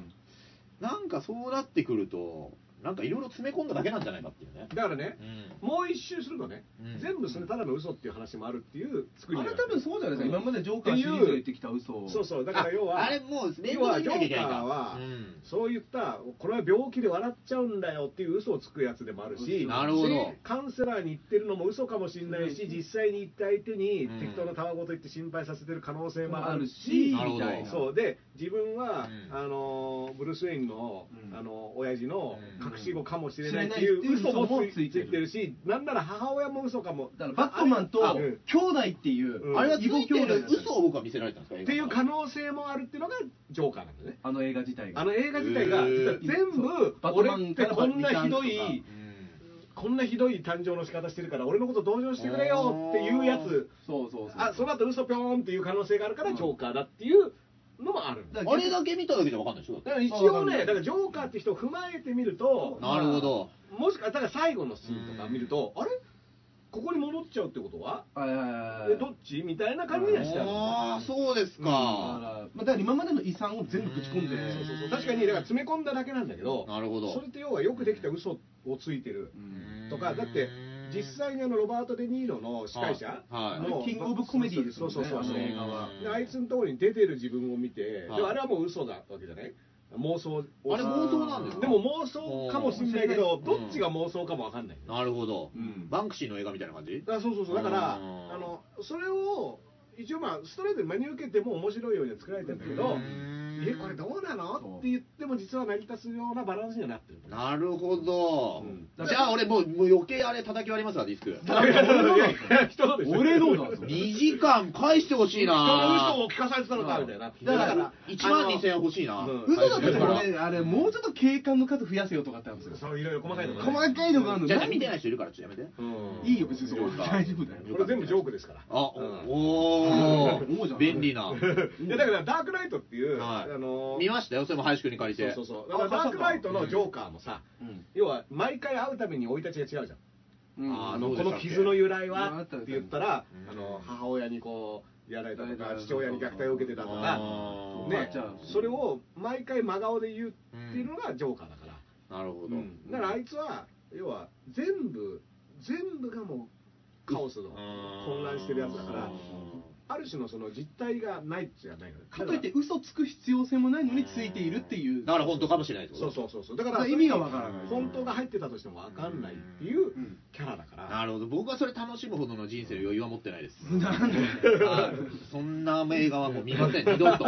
なんかそうなってくると、なんかいろいろ詰め込んだだけなんじゃないかっていうね。だからね。うんもう一周するとね、うん全部それただの嘘っていう話もあるっていう作りあになれる多分そうじゃないですか。今までジョーカーってシいリうーズで言ってきた嘘を。そうそうだから要はああれもう連要続はで見ジョなきゃいーけカないかーは、うんそういったこれは病気で笑っちゃうんだよっていう嘘をつくやつでもあるしなるほどでカウンセラーに言ってるのも嘘かもしれないし、うん実際に行った相手にうん適当なたわごと言って心配させてる可能性ももああるるし、し、なるほみどたいな。そうで自分は、うんあのブルース・ウェインの、うんあの親父のうん隠し子かもしれないっていう知らない嘘っていう嘘ももつついいててるるし、なんなら母親も嘘かも。だからバットマンとあ兄うん弟っていう、うんあれはつ義母い兄て弟る嘘を僕は見せられたんですかっていう可能性もあるっていうのがジョーカーなんだよね。あの映画自体が。あの映画自体がへー実は全部バットマン俺ってこんなひどからバットマンいうんこんなひどい誕生の仕方してるから俺のこと同情してくれよっていうやつそうそうそう。あその後嘘ぴょーんっていう可能性があるからジョーカーだっていうのもあるんだだだかあれだけ見ただけじゃわかんないでしょだってから一応ねだからジョーカーって人を踏まえてみるとなるほど。もしかだから最後のシーンとか見るとあれここに戻っちゃうってことははいはいはいはえいどっちみたいな感じにはしてあるんだああ、そうですだからか。、まあ、だから今までの遺産を全部ぶち込んで、うんそうそうそう確かにだから詰め込んだだけなんだけどなるほどそれって要はよくできた嘘をついてるうんとかだって実際にあのロバート・デ・ニーロの司会者はいはいのキングオブコメディですもんねそうそうそうあの映画はであいつのところに出てる自分を見て、はいでもあれはもう嘘だわけじゃない妄想をあれ妄想なんですかでも妄想かもしれないけどうんどっちが妄想かもわかんない、なるほどう。んバンクシーの映画みたいな感じあそうそうそうだからあうんのそれを一応まあストレートに真に受けても面白いようには作られてるんだけどうんえこれどうなそうのって言っても実は成り立つようなバランスにはなってるなるほどうん。じゃあ俺もうもう余計あれ叩き割りますわ、ディスク。いやいやいや人のですよ俺のなんですよ2時間返してほしい人の嘘なを聞かされてたのかみたいなだから、1万2000円欲しいな。嘘だだとかこられ。ねあれもうちょっと警官の数増やせよとかってあるんですよそういろいろ細かいのがね細かいのがあるのじゃあ見てない人いるからちょっとやめて。うんいいよ別にそこ大丈夫だよこれ全部ジョークですからあ、うんおうん王じおゃん便利 な。いやだからダークナイトっていう、はいあのー見ましたよ、それも林くんに借りて。そうそうそうだからダークナイトのジョーカーもさ、うん要は毎回会うたびに生い立ちが違うじゃん、うんあーあそのうでこしたっけの傷の由来あはっったてあった言ったら、うんあの母親にこうやられたとやらかれた父親に虐待を受けてたとか、あーねおばあちゃん、それを毎回真顔で言うっていうのがジョーカーだから、なるほうど。んだからあいつは要は全部全部がもうカオスのん混乱してるやつだからうんある種のその実態がないじゃないのねかといって嘘つく必要性もないのについているっていうだから本当かもしれないってことそうそうそうそうだかだからら意味がわからない本当が入ってたとしてもわかんないっていううんキャラだからなるほど僕はそれ楽しむほどの人生の余裕は持ってない ですなんではいそんな映画はもう見ません、二度と。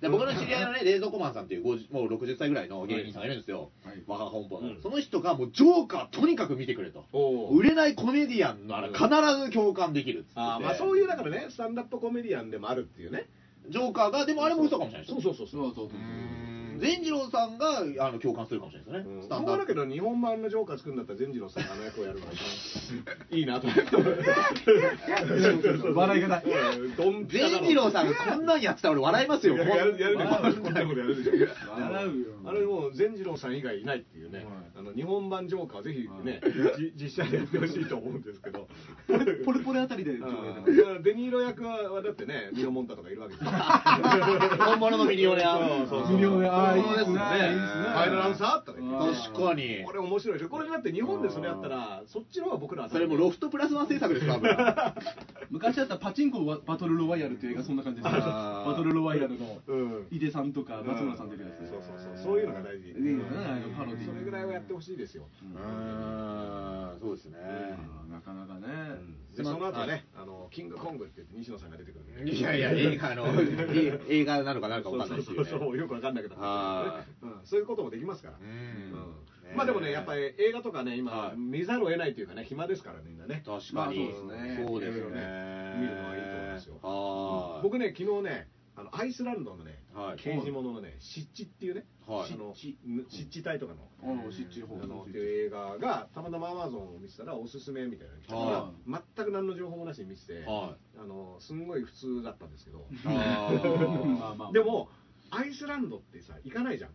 で僕の知り合いのね、冷蔵庫マンさんっていう50もう60歳ぐらいの芸人さんがいるんですよ、はい我が本舗の、うんその人がもうジョーカーとにかく見てくれと、おー売れないコメディアンなら必ず共感できるっつっててあーまあそういうだからねスタンダップコメディアンでもあるっていうねジョーカーが、でもあれも嘘かもしれないですそうそうそうそうそうそうそう善次郎さんがあの共感するかもしれないですね、うんスしタょンうダッがないプけど日本版のジョーカー作るんだったら善次郎さんがあの役をやるのが一番いいなと思って笑い方うんドンピシャだ善ろ次郎さんがこんなんやってたら俺笑いますよ、いややるやるでしょ笑うこんなことやるでしょ笑うよあれもう善次郎さん以外いないっていうね、はいあの日本版ジョーカーはぜひね、じ実写でやってほしいと思うんですけどポレポレあたりで上映あでーいやデニーロ役ははだってねミノモンタとかいるわけですよ本物のミリオネア、そうそう微妙でああいいですそねうですねいいですフねァイナルアンサーとか言っあてー確かに、これ面白いでしょこれだって日本でそれやったらそっちの方が僕らはそれもロフトプラスワン制作ですか、多分昔あったパチンコわバトルロワイヤルっていう映画そんな感じですねあーバトルロワイヤルのうん井出さんとか松村さん出てるやつそうそうそうそういうのが大事いいですねあのパロディそれぐらいはやってほしいですよ、うんうんそうですね。うんなかなかねでその後はね、あのキングコングって言って西野さんが出てくるんでねいやいや、映画の、え映画なのかなのかわかんないですそようね。そうそうよくわかんなくなっちゃったけどね、うん、そういうこともできますから、うんうんまあでもねやっぱり映画とかね今、はい見ざるを得ないというかね暇ですからねみんなね確かに、まあそうですねそうですよね。見るのはいいと思いますよはーい。僕ね昨日ねあのアイスランドのね、はい刑事もののね「湿地」っていうね、はいあの湿地帯とかのあの湿地方あのっていう映画がたまたまアマゾンを見てたらおすすめみたいなの来たから全く何の情報もなしに見てて、はあのすんごい普通だったんですけどい。あまあまあでもアイスランドってさ行かないじゃん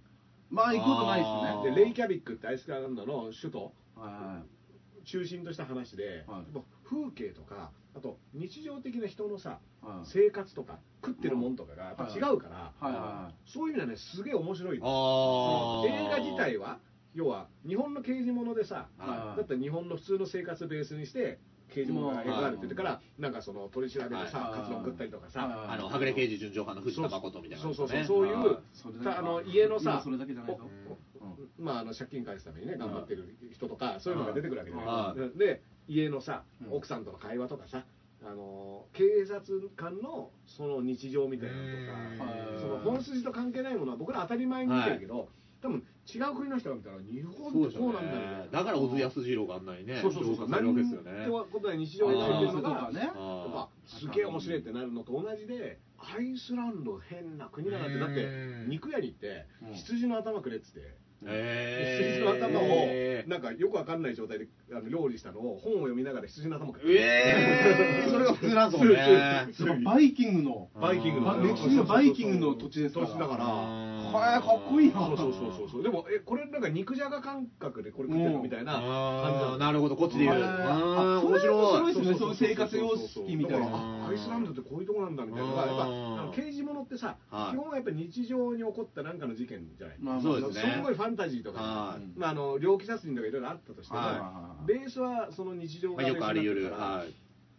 まあ行くことないあでですねレイキャビックってアイスランドの首都はいはい中心とした話で、はいやっぱ風景とかあと日常的な人のさはい生活とか食ってるもんとかがやっぱ違うから、はいはそういう意味ではねすげえ面 白いーのあー。映画自体は要は日本の刑事ものでさはだいったら日本の普通の生活ベースにして刑事ものが描かれてるからなんかその取り調べでさはいカツ丼食ったりとかさあの、はぐれ刑事純情派の藤田誠みたいな、そうね。そうそうそういはういそれだけたあの家のさ今それだけじゃないぞおおうんまあ、あの借金返すためにね頑張ってる人とかそういうのが出てくるわけじゃはないで家のさうん奥さんとの会話とかさあの警察官のその日常みたいなのとうかんその本筋と関係ないものは僕ら当たり前に見てるけど、多分違う国の人が見たら日そう本っでてすこようなんだみね。たいだなから、小津安二郎があんなにね、そうそうそうそ評う価されるわけですよってね。ことは日常を描いてるのあーそういうがことかねやっぱすげえ面白いってなるのと同じでアイスランド変な国だなってだってうん肉屋に行ってうん羊の頭くれっつって。え羊ーの頭をなんかよくわかんない状態であの料理したのを本を読みながら羊の頭食うええそれが普通なんですもんね。いやっぱバイキングのバイキングあ歴史のバイキングの土地ですから土地だからはいかっこいいなそうそうそうそうそうでもえこれなんか肉じゃが感覚でこれ食ってるみたいなあ感ーじなるほど、こっちで言う。あーあそ面れは白い。面白いですねそういう生活様式みただかいらなあアイスランドってこういうとこなんだみたいなのがやっぱあの刑事ものってさ、はい基本はやっぱり日常に起こったなんかの事件じゃない、まあまあそうですねごいファンタジーとかは、いまあ、あの猟奇殺人とかいろいろあったとしても、はベースはその日常まあ、よくあり得ベースにる。なってからはい。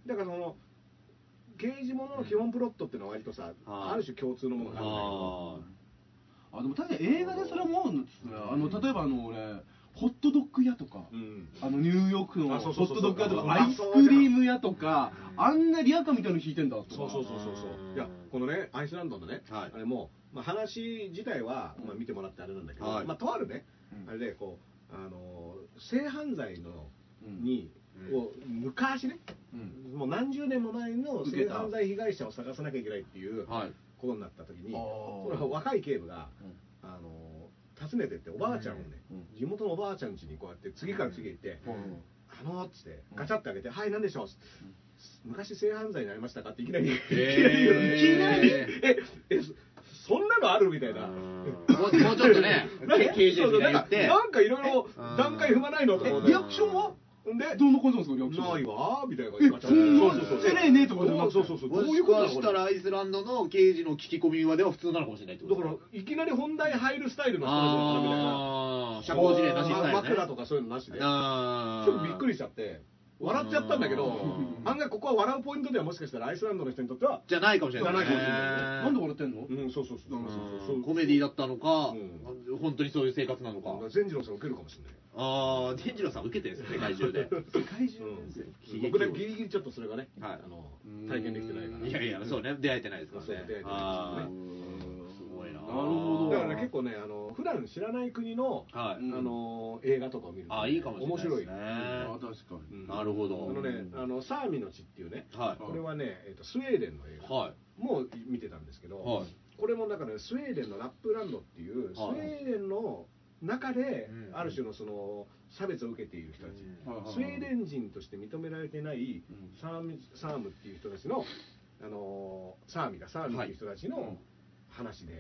だからその刑事ものの基本プロットっていうのは割とさ、はいある種共通のものがあるんだけどああでも確かに映画でそれは思うんですねあの例えばあの俺ホットドッグ屋とか、うんあのニューヨークのホあそうそうッそうトドッグ屋とそうかアイスクリーム屋とかあんなリアカーみたいなの引いてんだとかそうそうそうそうそういやこのねアイスランドのね、はいあれも、まあ、話自体は、まあ、見てもらってあれなんだけど、はいまあ、とあるね、うんあれでこうあの性犯罪のうんに、うんこう昔ねうんもう何十年も前の受け性た犯罪被害者を探さなきゃいけないっていうーはい。ことになった時に、あーそれは若い警部が、あの訪ねてっておばあちゃんをね、うん地元のおばあちゃん家にこうやって次から次へ行ってうん「あの」っつってガチャって開けて「はい何でしょう」つって昔性犯罪になりましたか?」っていきなり、えーいきなり「ええそんなのある?」みたいな。もうもうちょっとね、刑事そうそうが な言っんかて。なんかいろいろうん段階踏まないのとかうんリアクションはんでどんな感じなんですかリアクションないわーみたいなえガチャそんなそうそうそう失礼ねとかじゃなくてそうそうそうもどういしうくことだはしたらアイスランドの刑事の聞き込み話では普通なのかもしれないってこだとからいきなり本題入るスタイルの人たちだったみたいなああー社交辞令なしスタイルね枕とかそういうのなしであちょっとびっくりししちゃって、笑っちゃったんだけどうん案外ここは笑うポイントではもしかしたらアイスランドの人にとってはじゃないかもしれないねじゃないかなんで笑ってんのうんそうそうそうそうそううんコメディだったのかう本当にそういう生活なのか善次郎さん受けるかもしれないああ善次郎さん受けてるんですよ世界中で世界中ですようん 僕ねギリギリちょっとそれがね、はいあの体験できてないからいやいやそうね出会えてないですからそうね出会えてないですかあらねあすごいななるほだからね結構ねあの普段知らない国の、はういんあの映画とかを見るとね、あいいかもしれない面白い、ですねあ確かにうんなるほあどのねあのサーミの血っていうねはこれはね、えっとスウェーデンの映い画はいもう見てたんですけど、はいこれもだから、ね、スウェーデンのラップランドっていはう、いスウェーデンの中でうんある種のその差別を受けている人たち、スウェーデン人として認められてないうんサームサームっていう人たちの、あのーサーミだサーミっていう人たちの話で、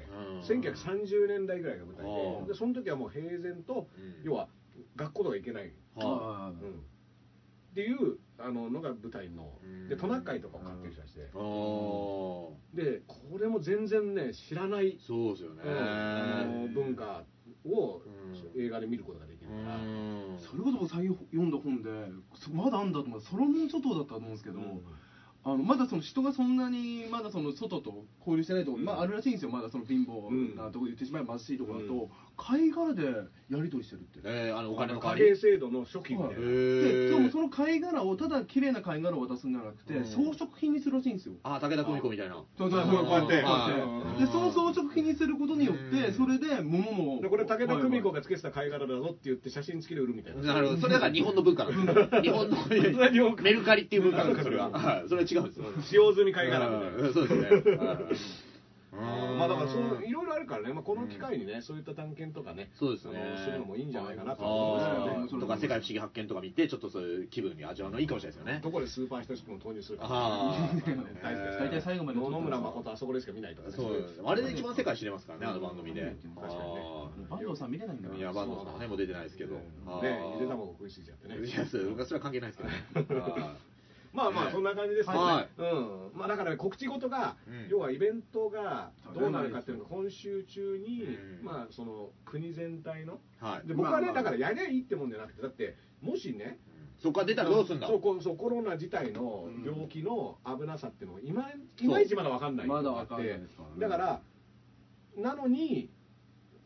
うん1930年代ぐらいが舞台ああででその時はもう平然とうん要は学校とか行けない、はうんっていうあののが舞台のうんでトナカイとかを飼ってる人たちでいああそでこれも全然ね知らなうい、ですよねうんあの文化をうん映画で見ることができうるから。んそれこそ僕最後読んだ本でそまだあんだと思うソロモン諸島だったと思うんですけど、うんあのまだその人がそんなにまだその外と交流してないとこ、うんまあ、あるらしいんですよまだその貧乏なとこ言ってしまえば貧しいとこだと、貝殻でやり取りしてるって。えーあのお金の代わ貨り幣制度の初期みたいな、へででもそえの貝殻をただ綺麗な貝殻を渡すんじゃなくて、うん装飾品にするらしいんですよああ武田久美子みたいなそうそうあーこうやってこうはいやってでその装飾品にすることによってうんそれで物もでこれ武田久美子がつけてた貝殻だぞって言って写真付きで売るみたいななるほどそれだから日本の文化なんですよ日本の何をメルカリっていう文化なんですよそれははいそれは違うんですよ使用済み貝殻みたいなうんそうですねうんまあだからそういろいろあるからね、まあ、この機会にねそういった探検とかねそうですねあのするのもいいんじゃないかなと思いあまーすよとねか世界不思議発見とか見てちょっとそういう気分に味わうのいいかもしれないですよねどこでスーパーひとしくんを投入するかあー大好きですから大体最後まで野々村誠はあそこでしか見ないとかねそうですあれで一番世界知れますからねあの番組で確かにねバンドさん見れないんだあーいやバンドさんはねもう出てないですけどあーねゆで卵食いすぎちゃってねいやそれ昔は関係ないですけどねあまあまあそんな感じですね、はいうんまあ、だからね告知事が、うん要はイベントがどうなるかっていうのが今週中に、うんまあ、その国全体のーはいで僕はね、まあまあだからやりゃいいってもんじゃなくてだってもしねそこから出たらどうすんだそうこうそうコロナ自体の病気の危なさっていうのがいまいまいちまだ分かんないまだわわかんないですからねだからなのに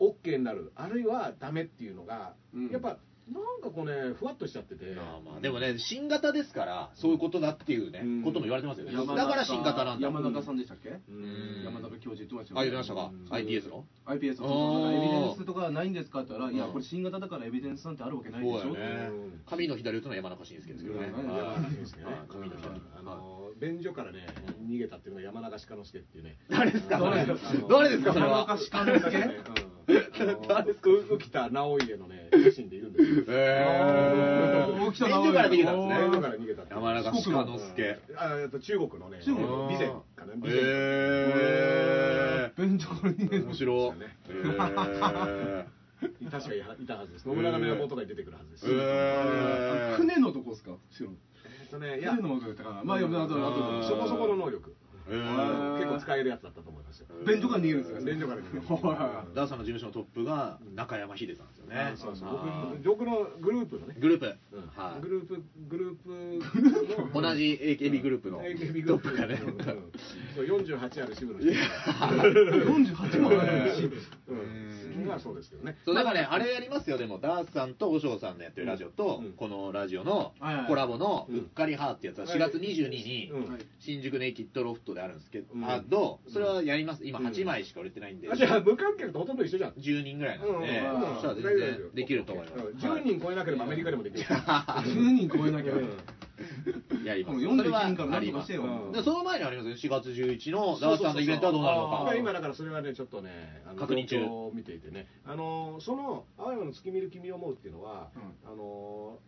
OK になるあるいはダメっていうのが、うんやっぱなんかこうねふわっとしちゃってて。まあまあでもね新型ですからそういうことだっていうね、うんことも言われてますよね山中だから新型なんだ山中さんでしたっけ、うん山中教授言ってましたあ言ってましたかうん ITS の IPS あーをエビデンスとかないんですかって言ったら、いやうんこれ新型だからエビデンスなんてあるわけないでしょそうだよねうん神の左打つのは山中伸介ですけどね、うんはい山中伸介ねはい神の左あの便所からね逃げたっていうのが山中鹿之助っていうね誰ですかそれ誰ですか誰ですかそれ山は中鹿 之助誰ですか浮田直家のね写真でいるん ですよえー大きさ便所から逃げたんです便所ねから逃げたっていう山中四国鹿の之助あえっと中国のね中国の備前かな備前え便所から逃げー、る面白いそうですよね、えー確かいたはずです野村が山本が出てくるはずですえー船のとこですか白えっとねいや船の枠だったからまあいやあとあとうんそこそこの能力えー結構使えるやつだったと思いますよ便所から逃げるんですよ便所から逃げるはいダーさんの事務所のトップが中山秀さんですよね。そうそうあー僕僕のグループのねグループ、うんグはループグループい。 同じ AKB グループの AKB トップがね。うんそう48ある支部の人48もあるしうんがそうですけどねそうだからね、あれやりますよ、でも、ダースさんと和尚さんのやってるラジオと、うんこのラジオのはいはいコラボの、うんうっかりハーってやつは4月22にう、んはい新宿のエキットロフトであるんですけど、うんあどうそれはやります。今うん8枚しか売れてないんで、あじゃあ無観客とほとんど一緒じゃん10人ぐらいなんで、うんそしたら全然できると思います。 10人超えなければアメリカでもできる10人超えなきゃやります。でも41それは人からあり何とまかしすてようんでその前にありますよね、4月11日のダースさんのイベントはどうなるのあかー。今だからそれはねちょっとねあの確認中状況を見ていてねあのその「青山の月見る君を思う」っていうのは、あの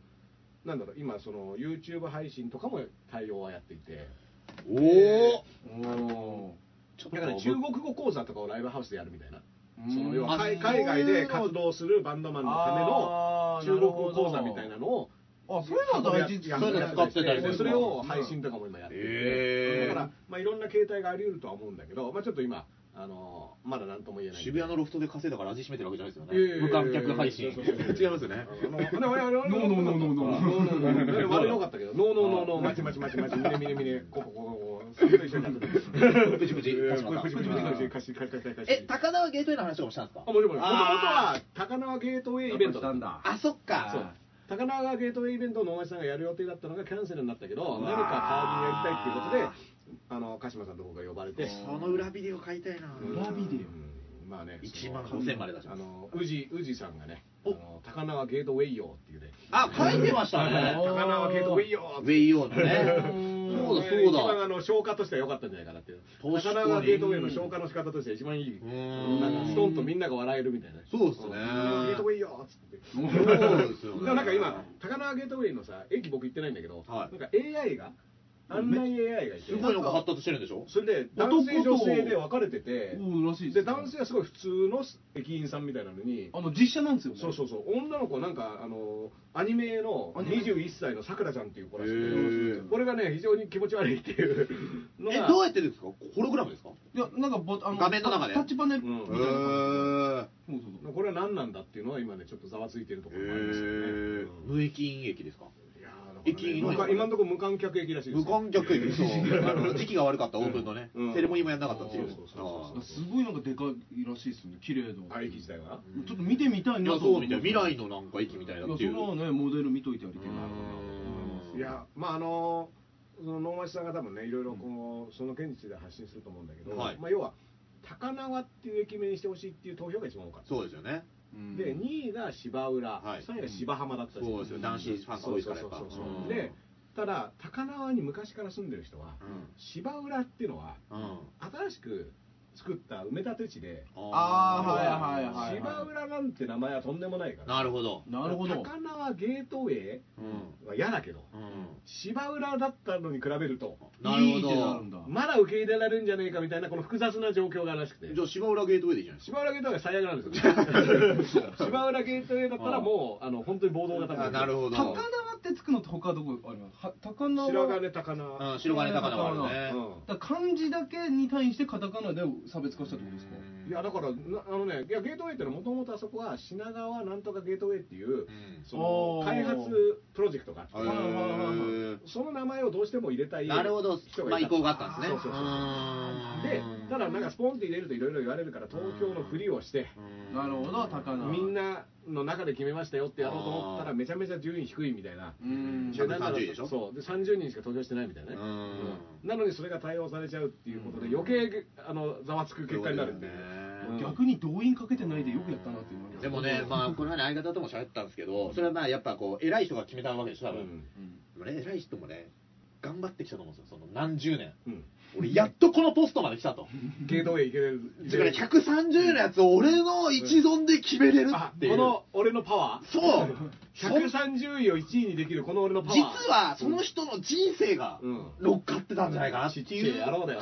なんだろう今その YouTube 配信とかも対応はやっていておおおちょっだから中国語講座とかをライブハウスでやるみたいなーその要はあ海そうい海うの外で活動するバンドマンのためのあー中国語講座みたいなのをあそういうのは大事やそういうの使ってたりでそれを配信とかも今やってて、へーだから、まあ、いろんな形態があり得るとは思うんだけど、まあ、ちょっと今ああのまだ何とも言えない渋谷のロフトで稼いだから味しめてるわけじゃないですよいやいやね。いや無観客配信。そうそうそう違いますよね。あのあれあれあれあれノーノーノーノーノノーーノーノーノーあれ良かったけどノーノーノーノー待ち待ち待ち待ち見ね見ね見ねここここここそれと一緒になってるプチプチ。えーパチパチプチプチプチプチ貸し貸し貸し貸し貸しえ、高輪ゲートウェイの話とかもしたんですかあもちろんもちろん元々あは高輪ゲートウェイイベントしたんだあ、そっか。そう高輪ゲートウェイイベントを野町さんがやる予定だったのがキャンセルになったけど何か代わりにやりたいっていうことであの鹿島さんと僕が呼ばれてその裏ビデオ買いたいな裏ビデうんまあね1万5000まで出しあます。の宇治宇治さんがねあの高輪ゲートウェイよっていうねあ、書いてましたね。高輪ゲートウェイウよってェイヨーのうね。んそうだそう一番あだ。の消化としては良かったんじゃないかなっていう確かに高輪ゲートウェイの消化の仕方としては一番いいうんなんかストンとみんなが笑えるみたいなそうっすねん高輪ゲートウェイよっつってそうですよねでもなんか今高輪ゲートウェイのさ駅僕行ってないんだけど、はいなんか AI が案内 AI がいてすごいのが発達してるんでしょそれで男性女性で分かれててうんらしいですで男性はすごい普通の駅員さんみたいなのにあの実写なんですよねそうそうそう女の子なんかあのアニメのアニメ21歳のさくらちゃんっていう子らしへいーこれがね非常に気持ち悪いっていうのがえ、どうやってですかホログラムですかいやなんかボあの画面の中でタッチパネルみうんたいへなー。そうそうそうこれは何なんだっていうのは今ねちょっとざわついてるところもありますよね、えーうん無益飲液ですかいやーだ駅か員のらね無観今のところ無観客駅らしいです無よ観客 駅そうあの時期が悪かったオープンのね、うんセレモニーもやんなかったっていうそうそうそうそうすごいなんかでかいらしいですよね綺麗なあ駅自体がうんちょっと見てみたあいーいなやとそう思っみてたい未来のなんか駅みたいいなやっそていれうはねモデル見といてはいけないいやまああのーその能町さんが多分ねいろいろこうその現地で発信すると思うんだけど、はいまあ、要は高輪っていう駅名にしてほしいっていう投票が一番多かったそうですよねうんで2位が芝浦、はい3位が芝浜だったりそうですよ男子ファンが多いですからやっぱそうそうそうそううんでただ高輪に昔から住んでる人はうん芝浦っていうのはうん新しく作った埋め立て地であーはいはい芝浦なんて名前はとんでもないからなるほどなるほど高輪ゲートウェうんイは嫌だけどうん芝浦だったのに比べるとなるほいいってなどるんだまだ受け入れられるんじゃねえかみたいなこの複雑な状況があるらしくてじゃあ芝浦ゲートウェイでいいじゃないですか芝浦ゲートウェイは最悪なん ですよね芝浦ゲートウェイだったらもうあの本当に暴動が多あなるほど高輪ってつくのって他どこありますは高輪白だ金高輪うん白金高輪もあるねうから漢字だけに対してカタカナで差別化したってことですかんいやだからなあのねいやゲートウェイってのはもともとあそこは品川なんとかゲートウェイっていううんそのおー開発プロジェクトがあってへーその名前をどうしても入れたいなるほど人まがあいた意向があったんですねそうそうそうでうんただなんかスポンって入れるといろいろ言われるから東京のふりをしてうんなるほど高輪みんなの中で決めましたよってやろうと思ったらあーめちゃめちゃ順位低いみたいなうんでなんなら130位でしょそうで30人しか投票してないみたいなねうんうんなのにそれが対応されちゃうっていうことでうん余計あのざわつく結果になるんでそうですねうん逆に動員かけてないでよくやったなっていうのはでもね、まあ、この前相方とも喋ったんですけど、それはまあ、やっぱこう、偉い人が決めたわけでしょ、多分。うんでもね、偉い人もね、頑張ってきたと思うんですよ、その何十年。うん俺、やっとこのポストまで来たと。ゲートウェイ行けれるだから、130のやつを俺の一存で決めれるあっていう。この俺のパワーそう130位を1位にできるこの俺のパワー実は、その人の人生がうん乗っかってたんじゃないかなってちっいう。ちゃい野郎だ よ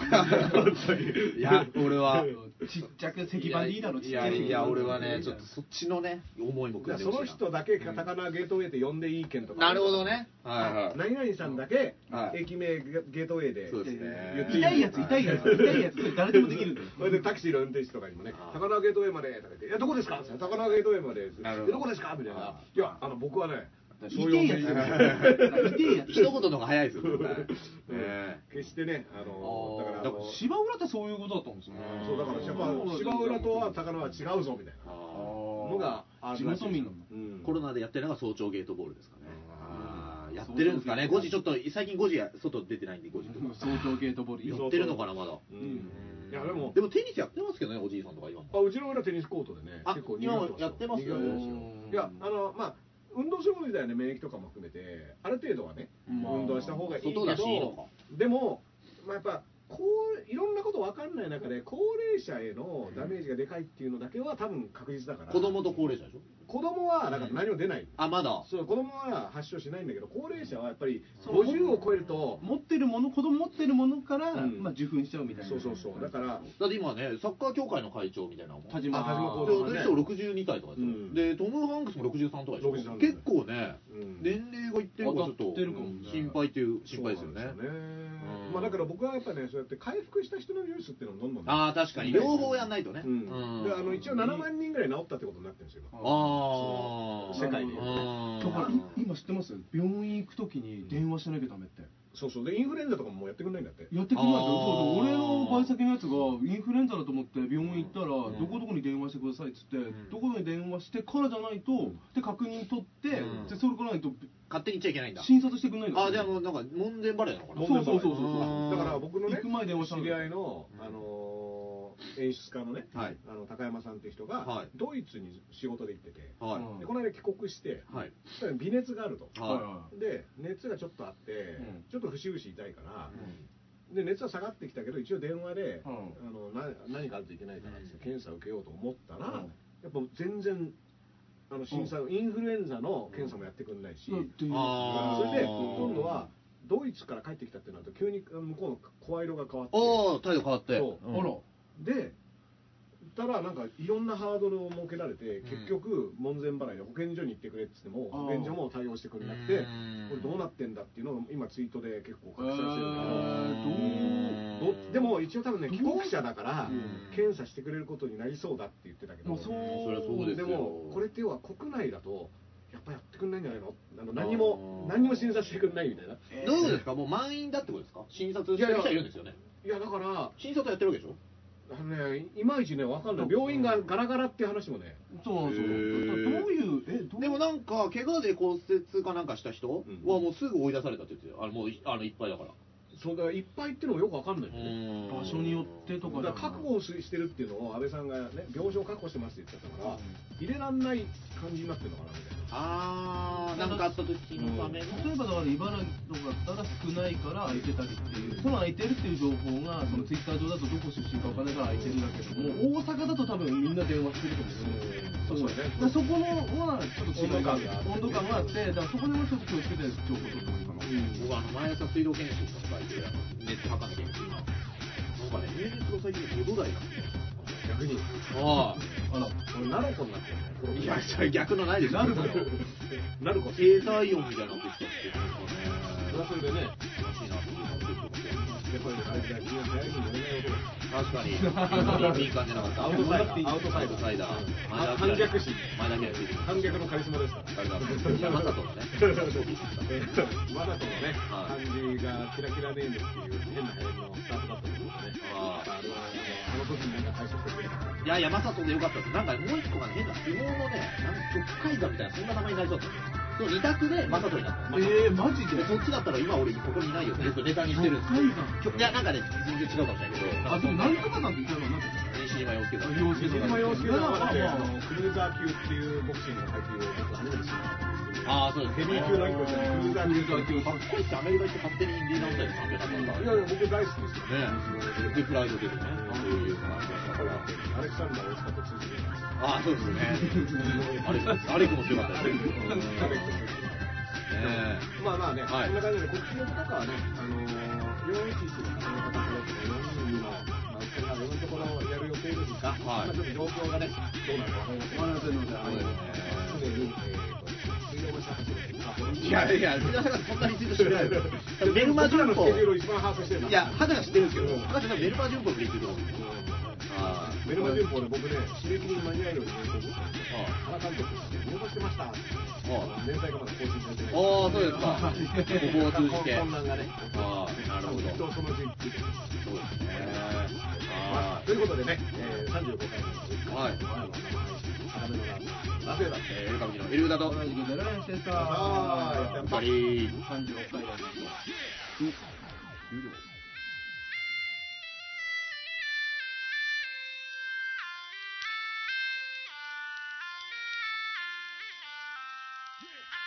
いや、俺は。ちっちゃく石板でいいだろちっいちゃや、いいや、俺はね、ちょっとそっちのね、思いもじ組ゃんであそほしいのな人だけカタカナゲートウェイって呼んでいい件とかなるほどね。はいはい。何々さんだけはい駅名ゲートウェイでそうです言ねっ。ていい痛いやつ痛いやつ痛いやつ誰でもできるんだよそれでタクシーの運転手とかにもねあ「ー高輪ゲートウェイまで」とか言って「いやどこですか?」高輪ゲートウェイまで」なるほどえどこですか?」みたいなあ「いやあの僕はね痛いやつ痛いや つ一言の方が早 いですよ、絶対うんね決してねあのだからだから芝浦ってそういうことだったんですねうんそうだからやっぱ芝浦とは高輪は違うぞみたいなのがある地らしい元民なのうんコロナでやってるのが早朝ゲートボールですかねあ。やってるんですかね、5時ちょっと、最近5時や外出てないんで、5時とか。早朝ゲートボールやってるのかな、まだ。うんいやでもでもテニスやってますけどね、おじいさんとか今も。あうちの裏テニスコートでねあ結構賑わってますよ今もやってますよ賑わってますよいやあのまあ運動すること自体はね免疫とかも含めてある程度はねまあ運動はした方がいいけど外だしいいのかでも、まあ、やっぱこういろんなこと分かんない中で高齢者へのダメージがでかいっていうのだけは多分確実だから子供と高齢者でしょ子供はだから何も出ない、あ、まだ。そう子供は発症しないんだけど高齢者はやっぱりそう50を超えると持ってるもの子供持ってるものから、うんまあ、受粉しちゃうみたいなそうそうそうだからだって今ね、サッカー協会の会長みたいなのもん。田で島あ田島幸さん三その人62歳とかでしょうんで、トム・ハンクスも63とかでしょ63結構ねうん、年齢がいってるからちょっ当たとってるかもね心配という心配ですよそうねなん。ですよねうんまあだから僕はやっぱねそうやって回復した人のニュースっていうのをどんどんねああ、確かに。両方やんないとね。うんであの一応7万人ぐらい治ったってことになってるんですよ今ああ。世界で言うとねあだからいー今知ってます病院行くときに電話しなきゃダメってそうそうでインフルエンザとかももうやってくんないんだってやってくれないんだよあーそうそう俺のバイ先のやつがインフルエンザだと思って病院行ったらどこどこに電話してくださいっつってどこどこに電話してからじゃないとで確認取ってうんでそれからないと勝手に行っちゃいけないんだ。診察してくんないんだあーじゃあもうなんか門前払いなのかなそうそうそうそうあーだから僕のね行く前に電話した知のり合いの、あのー演出家のね、はいあの高山さんって人が、はいドイツに仕事で行ってて、はい。うんでこの間帰国して、はい。そしたら微熱があると、はいははで熱がちょっとあって、んちょっと節々痛いからい、で熱は下がってきたけど一応電話で、うんあのな何かあるといけないからっつって検査受けようと思ったら、うんやっぱ全然あの審査、インフルエンザの検査もやってくれないし、だってあーそれで今度はドイツから帰ってきたってなると急にあの向こうの声色が変わっておお態度変わって。そうあうんらでたらなんかいろんなハードルを設けられて結局門前払いで保健所に行ってくれって言ってもあー保健所も対応してくれなくてうんこれどうなってんだっていうのを今ツイートで結構拡え散してるけど。ーどでも一応多分ねどう帰国者だからうん検査してくれることになりそうだって言ってたけどうど、もうそうそりゃそうですでよもこれって要は国内だとやっぱやってくんないんじゃないのあの何にもあー何にも審査してくんないみたいなどういうことですかもう満員だってことですか診察してる人はいるんですよね。いやだから診察やってるわけでしょあのねいまいちねわかんない病院がガラガラっていう話もねそうなんですよへーだからどういうえどうでもなんか、怪我で骨折かなんかした人はうんもうすぐ追い出されたって言ってたよあの、もういあのいっぱいだから。そうだからいっぱいっていうのもよくわかんないんだよね場所によってとかだじかゃらな覚い悟をしてるっていうのを安倍さんがね病床確保してますって言ってたから入れらんない感じになってるのかなみたいなあー、なんかあった時のための。例えばだから茨城とかだったら少ないから空いてたりっていうその空いてるっていう情報がそのツイッター上だとどこ出身かわかんないから空いてるだけども大阪だと多分みんな電話してると思うんですよだからそこのはちょっと違いがある温度感があってだからそこでもちょっと気をつけて情報取ってもいいかな僕あの毎朝水道検診とか行って熱測ってるんですよなんかね平熱が最近5度台なんですよ逆にああら俺ナルコになってるあねいやそれ逆のないですよなるほどナルコそれ低体温みたいになってきたっていうか ねはそれでねやっおかしいなっていうのは結構ぱりあれだよ早いに乗れない男確かにいい感じなかったアウトサイダーアウトサイダーアウトサイダー前田反逆心前だけはついてる観客のカリスマですからあれだいやまさともねはいわざとのね、感じがキラキラネームっていう変な流行りのスタートだったんですけどね。あーあれはねあの時になんか対処してくれなかった。いや山里でよかったですなんかもう一個がね変な相撲のねなんか曲海岸みたいなそんな名前になりそうだったんですよでも二択で正人になったんですよえー、マジででそっちだったら今俺ここにいないよってよくネタにしてるんですよいやなんかね全然違うかもしれないけどあでもなん何とかなんて言ったのなんて西島洋介さん洋介さん今洋介さんはだって、まああまあの、クルーザー級っていうボクシングの階級を僕は初めて知りました。ああそうですヘビー級の一個じゃなくて、クルーザー級っていうかっこいいってアメリカ行って勝手にインディーナみたいな感じだったんだいやいや、僕大好きですよ。ねでプライドですねそういう感じだからアレクサンダー大塚と通じてるんですよ。ああそうですねあれあれくも強かったですねアレクサンダー大塚と通じてるえまあまあね、はいそんな感じで、国境とかはね、あのー、411の方々とか、4人の、まあ、お二人がいろんなところをやる予定ですが、はいまあ、ちょっと状況がね、どうなるかわかりませんので、あのそうです常に、えーと、水曜のシャツで、あ、このいやいや、皆さんそんなについてしてないですよ。メルマ僕順らのス法。ケジュールをい一番把握してるからや、肌が知ってるんですけど、博士さんメルマ順法で言ってると思うんですよ。うんああメルマ順法で僕ね、締め切りに間に合うようにね、こうああ原監督として入場してましたって言ってああ連載がまだ更新されてない。ああ、そうですか。ここを通じて。混乱がね。ああ、なるほど。きっとそのうちついてくるそうですね。あまあということでね、えー、35あ、回目のはい。あの生配信、高めのラジオ、なぜだって。えー、エルカブキのエルダと、同じくゼロ円してああ、やってさますパリー。 36回やる「あ